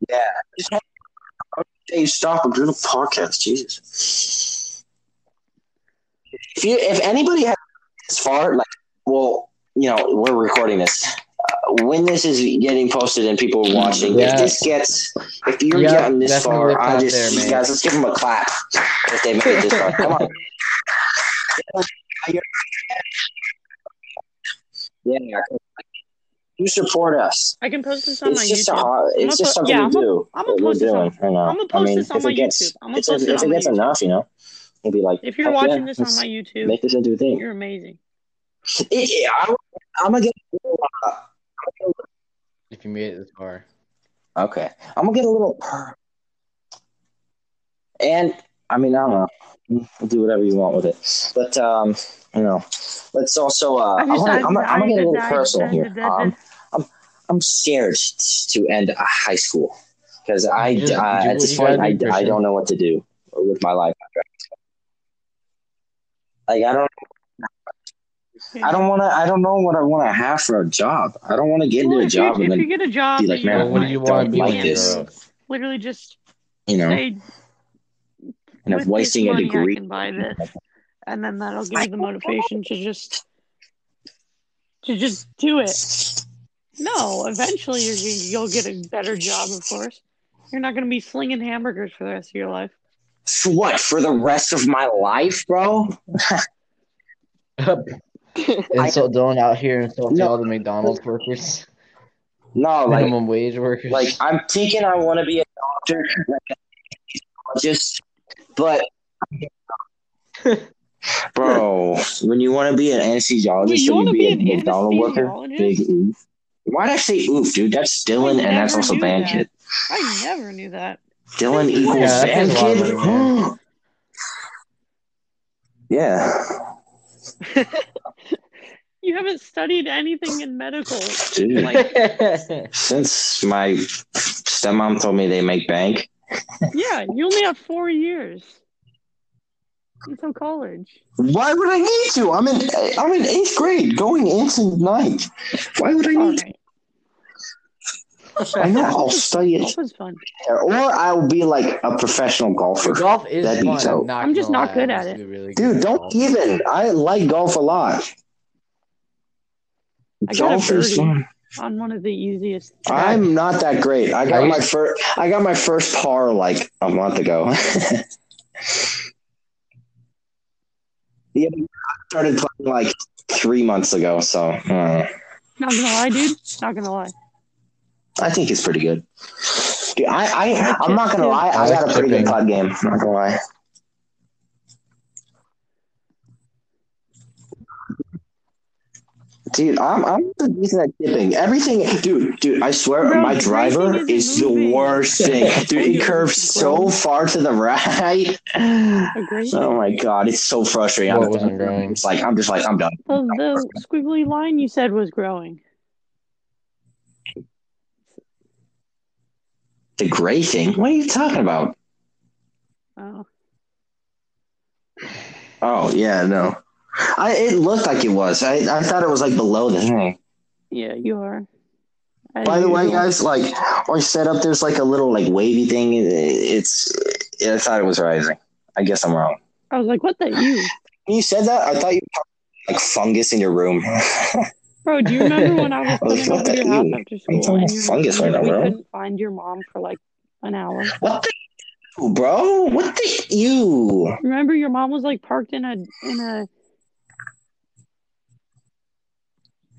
Speaker 1: Yeah. Just hang- Hey, stop. I'm doing a podcast. Jesus. If you, if anybody has this far, like, well, you know, we're recording this. Uh, when this is getting posted and people are watching,
Speaker 2: Yeah.
Speaker 1: if this gets, if you're
Speaker 2: Yeah,
Speaker 1: getting this
Speaker 2: definitely
Speaker 1: far, I
Speaker 2: clap
Speaker 1: just,
Speaker 2: there, man.
Speaker 1: guys, let's give them a clap if they made it this far. Come on. Yeah. You support us.
Speaker 3: I can post this on
Speaker 1: It's
Speaker 3: my
Speaker 1: just a
Speaker 3: YouTube.
Speaker 1: hard, it's
Speaker 3: I'm gonna
Speaker 1: just
Speaker 3: put-
Speaker 1: something
Speaker 3: yeah,
Speaker 1: we
Speaker 3: I'm gonna-
Speaker 1: do.
Speaker 3: I'm gonna
Speaker 1: that we're
Speaker 3: post this on-
Speaker 1: doing. I know.
Speaker 3: I'm gonna post
Speaker 1: I mean,
Speaker 3: this on
Speaker 1: if
Speaker 3: my
Speaker 1: it gets,
Speaker 3: YouTube. I'm gonna
Speaker 1: it's,
Speaker 3: post
Speaker 1: if,
Speaker 3: it
Speaker 1: if
Speaker 3: on
Speaker 1: it
Speaker 3: my
Speaker 1: gets
Speaker 3: YouTube.
Speaker 1: enough, you know, we'll be like,
Speaker 3: If you're
Speaker 1: "Heck
Speaker 3: watching
Speaker 1: Oh, yeah,
Speaker 3: this on
Speaker 1: let's
Speaker 3: my YouTube,
Speaker 1: make this into a thing.
Speaker 3: you're amazing.
Speaker 1: It, it, I, I'm gonna get.
Speaker 2: If you made it this far.
Speaker 1: Okay. I'm gonna get a little purr. And I mean, I don't know. We'll do whatever you want with it. But um, you know, let's also uh, I wanna, I'm, gonna- I'm gonna get a little personal here. Um, I'm scared to end a high school because I
Speaker 2: You just-
Speaker 1: uh,
Speaker 2: you do
Speaker 1: at this
Speaker 2: what you
Speaker 1: point I,
Speaker 2: gotta do,
Speaker 1: I
Speaker 2: Christian.
Speaker 1: don't know what to do with my life. after high school. Like I don't I don't want to I don't know what I want to have for a job. I don't want to get into a job
Speaker 3: If you,
Speaker 1: and then
Speaker 3: get a job,
Speaker 1: be like,
Speaker 3: that you
Speaker 1: man,
Speaker 2: Well, what
Speaker 3: don't
Speaker 2: do
Speaker 3: like,
Speaker 2: you want
Speaker 1: don't
Speaker 2: to be
Speaker 1: like
Speaker 2: when you
Speaker 1: this.
Speaker 2: grow up?
Speaker 3: literally just
Speaker 1: you know
Speaker 3: say,
Speaker 1: and
Speaker 3: with
Speaker 1: of
Speaker 3: this
Speaker 1: wasting a
Speaker 3: money, I
Speaker 1: degree.
Speaker 3: can buy this. and then that'll give you the motivation to just to just do it. No, eventually you're, you'll get a better job, of course. You're not going to be slinging hamburgers for the rest of your life.
Speaker 1: For what? For the rest of my life, bro?
Speaker 2: And so Dylan out here insulting
Speaker 1: No.
Speaker 2: all the McDonald's workers,
Speaker 1: No, like
Speaker 2: minimum wage workers.
Speaker 1: like I'm thinking I want to be a doctor, like a just but bro, when you want to be an anesthesiologist,
Speaker 3: Wait, you
Speaker 1: so you
Speaker 3: wanna
Speaker 1: be,
Speaker 3: be
Speaker 1: a
Speaker 3: an
Speaker 1: McDonald worker,
Speaker 3: anesthesiologist?
Speaker 1: big oof. Why'd I say oof, dude? That's Dylan,
Speaker 3: I
Speaker 1: and that's
Speaker 3: never
Speaker 1: also
Speaker 3: knew
Speaker 1: Band
Speaker 3: that.
Speaker 1: Kid.
Speaker 3: I never knew that.
Speaker 1: Dylan
Speaker 3: Yeah,
Speaker 1: equals
Speaker 2: that
Speaker 1: Band
Speaker 2: is a lot of money,
Speaker 1: Kid. yeah,
Speaker 3: You haven't studied anything in medical.
Speaker 1: dude.
Speaker 2: Like-
Speaker 1: Since my stepmom told me they make bank,
Speaker 3: yeah, you only have four years until college.
Speaker 1: Why would I need to? I'm in I'm in eighth grade, going into ninth. Why would I
Speaker 3: All
Speaker 1: need?
Speaker 3: right,
Speaker 1: To? I know I'll study it,
Speaker 3: golf is fun.
Speaker 1: or I'll be like a professional golfer.
Speaker 2: golf is
Speaker 1: That'd be
Speaker 2: fun.
Speaker 1: dope.
Speaker 2: I'm, not
Speaker 3: I'm just
Speaker 2: gonna
Speaker 3: not
Speaker 2: lie, I
Speaker 3: good
Speaker 2: used
Speaker 3: at
Speaker 2: to be really good
Speaker 1: Dude,
Speaker 2: at
Speaker 1: don't
Speaker 2: golf.
Speaker 1: even. I like golf a lot.
Speaker 3: I got a
Speaker 1: Golf is
Speaker 3: birdie.
Speaker 1: fun.
Speaker 3: On one of the easiest.
Speaker 1: I'm not that great. I got
Speaker 2: I
Speaker 1: my
Speaker 2: used-
Speaker 1: first. I got my first par like a month ago. yeah, I started playing like three months ago, so uh,
Speaker 3: Not gonna lie, dude. Not gonna lie.
Speaker 1: I think it's pretty good. Dude, I, I, I'm not gonna lie.
Speaker 2: I
Speaker 1: I got a
Speaker 2: like
Speaker 1: pretty good
Speaker 2: chipping.
Speaker 1: putt game. I'm not gonna lie. Dude, I'm I'm pretty decent at chipping. Everything, dude, dude. I swear,
Speaker 3: Bro,
Speaker 1: my
Speaker 3: the great
Speaker 1: driver
Speaker 3: thing is
Speaker 1: is
Speaker 3: you're
Speaker 1: the
Speaker 3: moving.
Speaker 1: worst thing, dude. It
Speaker 3: You're
Speaker 1: curves so
Speaker 3: moving.
Speaker 1: far to the right. Oh
Speaker 3: Agree.
Speaker 1: my god, it's so frustrating.
Speaker 2: What
Speaker 1: I'm-
Speaker 2: wasn't growing?
Speaker 1: It's like I'm just like I'm done.
Speaker 3: Well, the squiggly line you said was growing.
Speaker 1: The gray thing. What are you talking about?
Speaker 3: Oh,
Speaker 1: Oh yeah, no. I it looked like it was. I I thought it was like below the thing.
Speaker 3: yeah, you are. As
Speaker 1: By the way,
Speaker 3: usual.
Speaker 1: guys, like our setup, there's like a little like wavy thing. It- It's I thought it was rising. I guess I'm wrong.
Speaker 3: I was like, "What the you,
Speaker 1: When you said that, I thought you were talking like fungus in your room.
Speaker 3: bro? Do you remember when I was
Speaker 1: I was like,
Speaker 3: putting
Speaker 1: "What
Speaker 3: up
Speaker 1: the
Speaker 3: at your house
Speaker 1: ew?
Speaker 3: after
Speaker 1: I'm
Speaker 3: school
Speaker 1: talking
Speaker 3: and you
Speaker 1: fungus right now,
Speaker 3: we
Speaker 1: bro."
Speaker 3: couldn't find your mom for like an hour?
Speaker 1: what the ew, bro? What the ew?
Speaker 3: Remember, your mom was like parked in a in a.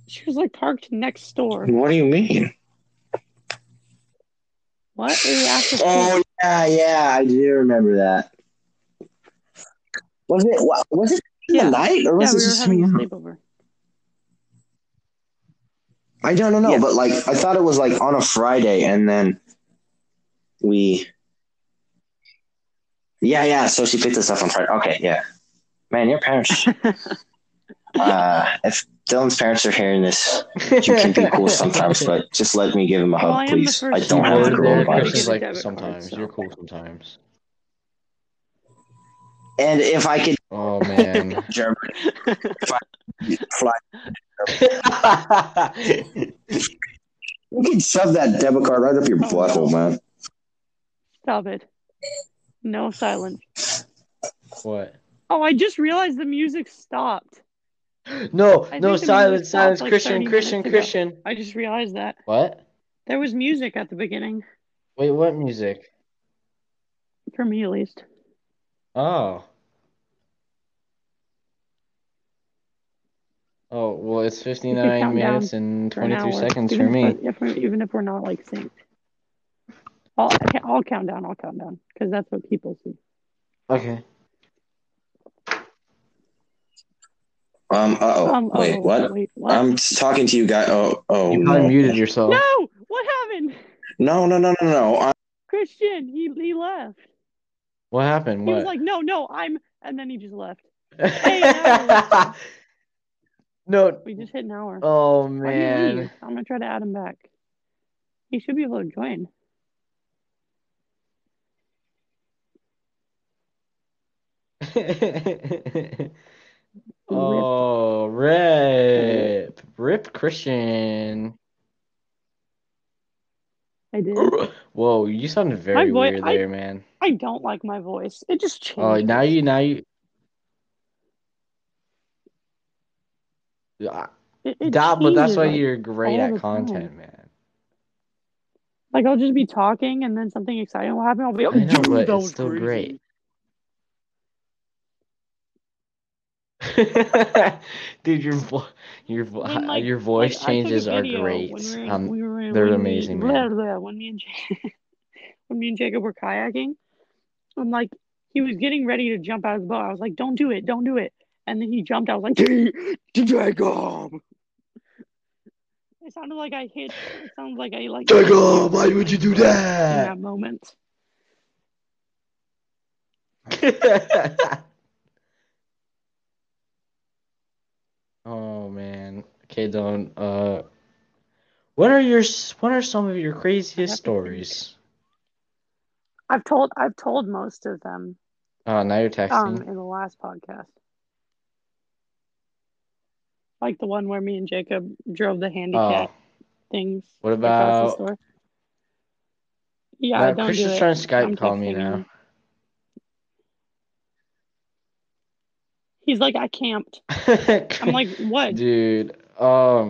Speaker 3: She was like parked next door.
Speaker 1: What do you mean?
Speaker 3: What? It was after school.
Speaker 1: Oh yeah, yeah, I do remember that. Was it wa- was it in
Speaker 3: Yeah.
Speaker 1: the night or
Speaker 3: yeah,
Speaker 1: was
Speaker 3: we
Speaker 1: it
Speaker 3: were
Speaker 1: just
Speaker 3: having a
Speaker 1: something else?
Speaker 3: sleepover.
Speaker 1: I don't know,
Speaker 4: Yeah.
Speaker 1: but like I thought it was like on a Friday, and then we. Yeah, yeah. So she picked us up on Friday. Okay, yeah. Man, your parents. uh, if Dylan's parents are hearing this, you can be cool sometimes, but just let me give him a
Speaker 3: Well,
Speaker 1: hug,
Speaker 3: I am the
Speaker 1: please.
Speaker 3: first
Speaker 1: I don't
Speaker 3: one
Speaker 1: have the
Speaker 3: to have
Speaker 1: coronavirus.
Speaker 3: a kid.
Speaker 2: Christian's
Speaker 3: a
Speaker 2: like
Speaker 3: debit card,
Speaker 2: sometimes
Speaker 3: so.
Speaker 2: you're cool sometimes.
Speaker 1: And if I could
Speaker 2: Oh man.
Speaker 1: Germany, if I could fly, you can shove that debit card right up your butthole, man.
Speaker 3: Stop it. No silence.
Speaker 2: what?
Speaker 3: Oh, I just realized the music stopped.
Speaker 2: No,
Speaker 3: I
Speaker 2: no
Speaker 3: think the music
Speaker 2: silence,
Speaker 3: stopped,
Speaker 2: silence,
Speaker 3: like, 30
Speaker 2: Christian,
Speaker 3: minutes
Speaker 2: Christian,
Speaker 3: ago.
Speaker 2: Christian.
Speaker 3: I just realized that
Speaker 2: What?
Speaker 3: there was music at the beginning
Speaker 2: Wait, what music?
Speaker 3: for me, at least.
Speaker 2: Oh. Oh, well, it's
Speaker 3: count
Speaker 2: 59
Speaker 3: down
Speaker 2: minutes and
Speaker 3: For an
Speaker 2: 22
Speaker 3: hour,
Speaker 2: seconds
Speaker 3: even
Speaker 2: for me.
Speaker 3: If, if we're- even if we're not like synced, I'll, I'll count down. I'll count down because that's what people see.
Speaker 2: Okay.
Speaker 1: Um. Uh oh.
Speaker 3: Um,
Speaker 1: Wait.
Speaker 3: oh,
Speaker 1: what?
Speaker 3: Wait, what?
Speaker 1: I'm talking to you guys. Oh. Oh.
Speaker 2: You
Speaker 1: no.
Speaker 2: probably muted yourself.
Speaker 3: no, what happened?
Speaker 1: No, no, no, no, no. I,
Speaker 3: Christian, he he left.
Speaker 2: What happened?
Speaker 3: He
Speaker 2: What?
Speaker 3: was like, no, no, I'm, and then he just left. no.
Speaker 2: no.
Speaker 3: We just hit an hour.
Speaker 2: Oh
Speaker 3: Why'd he
Speaker 2: man.
Speaker 3: leave? I'm gonna try to add him back. He should be able to join.
Speaker 2: oh rip. Rip Christian.
Speaker 3: I did.
Speaker 2: Whoa, you sounded very
Speaker 3: voice-
Speaker 2: weird
Speaker 3: I-
Speaker 2: there, man.
Speaker 3: I don't like my voice. It just changed.
Speaker 2: Oh, now you now you
Speaker 3: It- it
Speaker 2: That, but that's
Speaker 3: changes,
Speaker 2: why
Speaker 3: like-
Speaker 2: you're great
Speaker 3: all
Speaker 2: at
Speaker 3: the
Speaker 2: content, man.
Speaker 3: Like I'll just be talking, and then something exciting will happen. I'll be, oh,
Speaker 2: I know,
Speaker 3: dude,
Speaker 2: but
Speaker 3: that
Speaker 2: it's
Speaker 3: was
Speaker 2: still
Speaker 3: crazy."
Speaker 2: great. Dude, your vo- your vo-
Speaker 3: When, like-
Speaker 2: your
Speaker 3: Like,
Speaker 2: voice
Speaker 3: I took a
Speaker 2: changes are
Speaker 3: video
Speaker 2: great.
Speaker 3: when we were in-
Speaker 2: Um,
Speaker 3: we were in-
Speaker 2: they're
Speaker 3: when we-
Speaker 2: amazing,
Speaker 3: blah,
Speaker 2: man.
Speaker 3: blah, when me and Ja- when me and Jacob were kayaking, I'm like, he was getting ready to jump out of the boat. I was like, "Don't do it! Don't do it!" And then he jumped. I was like, "Dude, "Jacob!" It sounded like I hit. It sounds like I like in
Speaker 2: Jacob, why would you do that?
Speaker 3: that moment.
Speaker 2: oh man. Okay, Don. Uh, what are your s- what are some of your craziest
Speaker 3: have to think.
Speaker 2: stories?
Speaker 3: I've told I've told most of them
Speaker 2: Uh, now you're
Speaker 3: um
Speaker 2: texting.
Speaker 3: in the last podcast. Like the one where me and Jacob drove the handicap
Speaker 2: oh,
Speaker 3: things.
Speaker 2: what
Speaker 3: across
Speaker 2: about
Speaker 3: the store. Yeah,
Speaker 2: now
Speaker 3: I don't do
Speaker 2: Christian's
Speaker 3: it.
Speaker 2: trying to Skype
Speaker 3: I'm
Speaker 2: call me
Speaker 3: texting
Speaker 2: now.
Speaker 3: him. He's like, I camped. I'm like, what?
Speaker 2: dude. Um.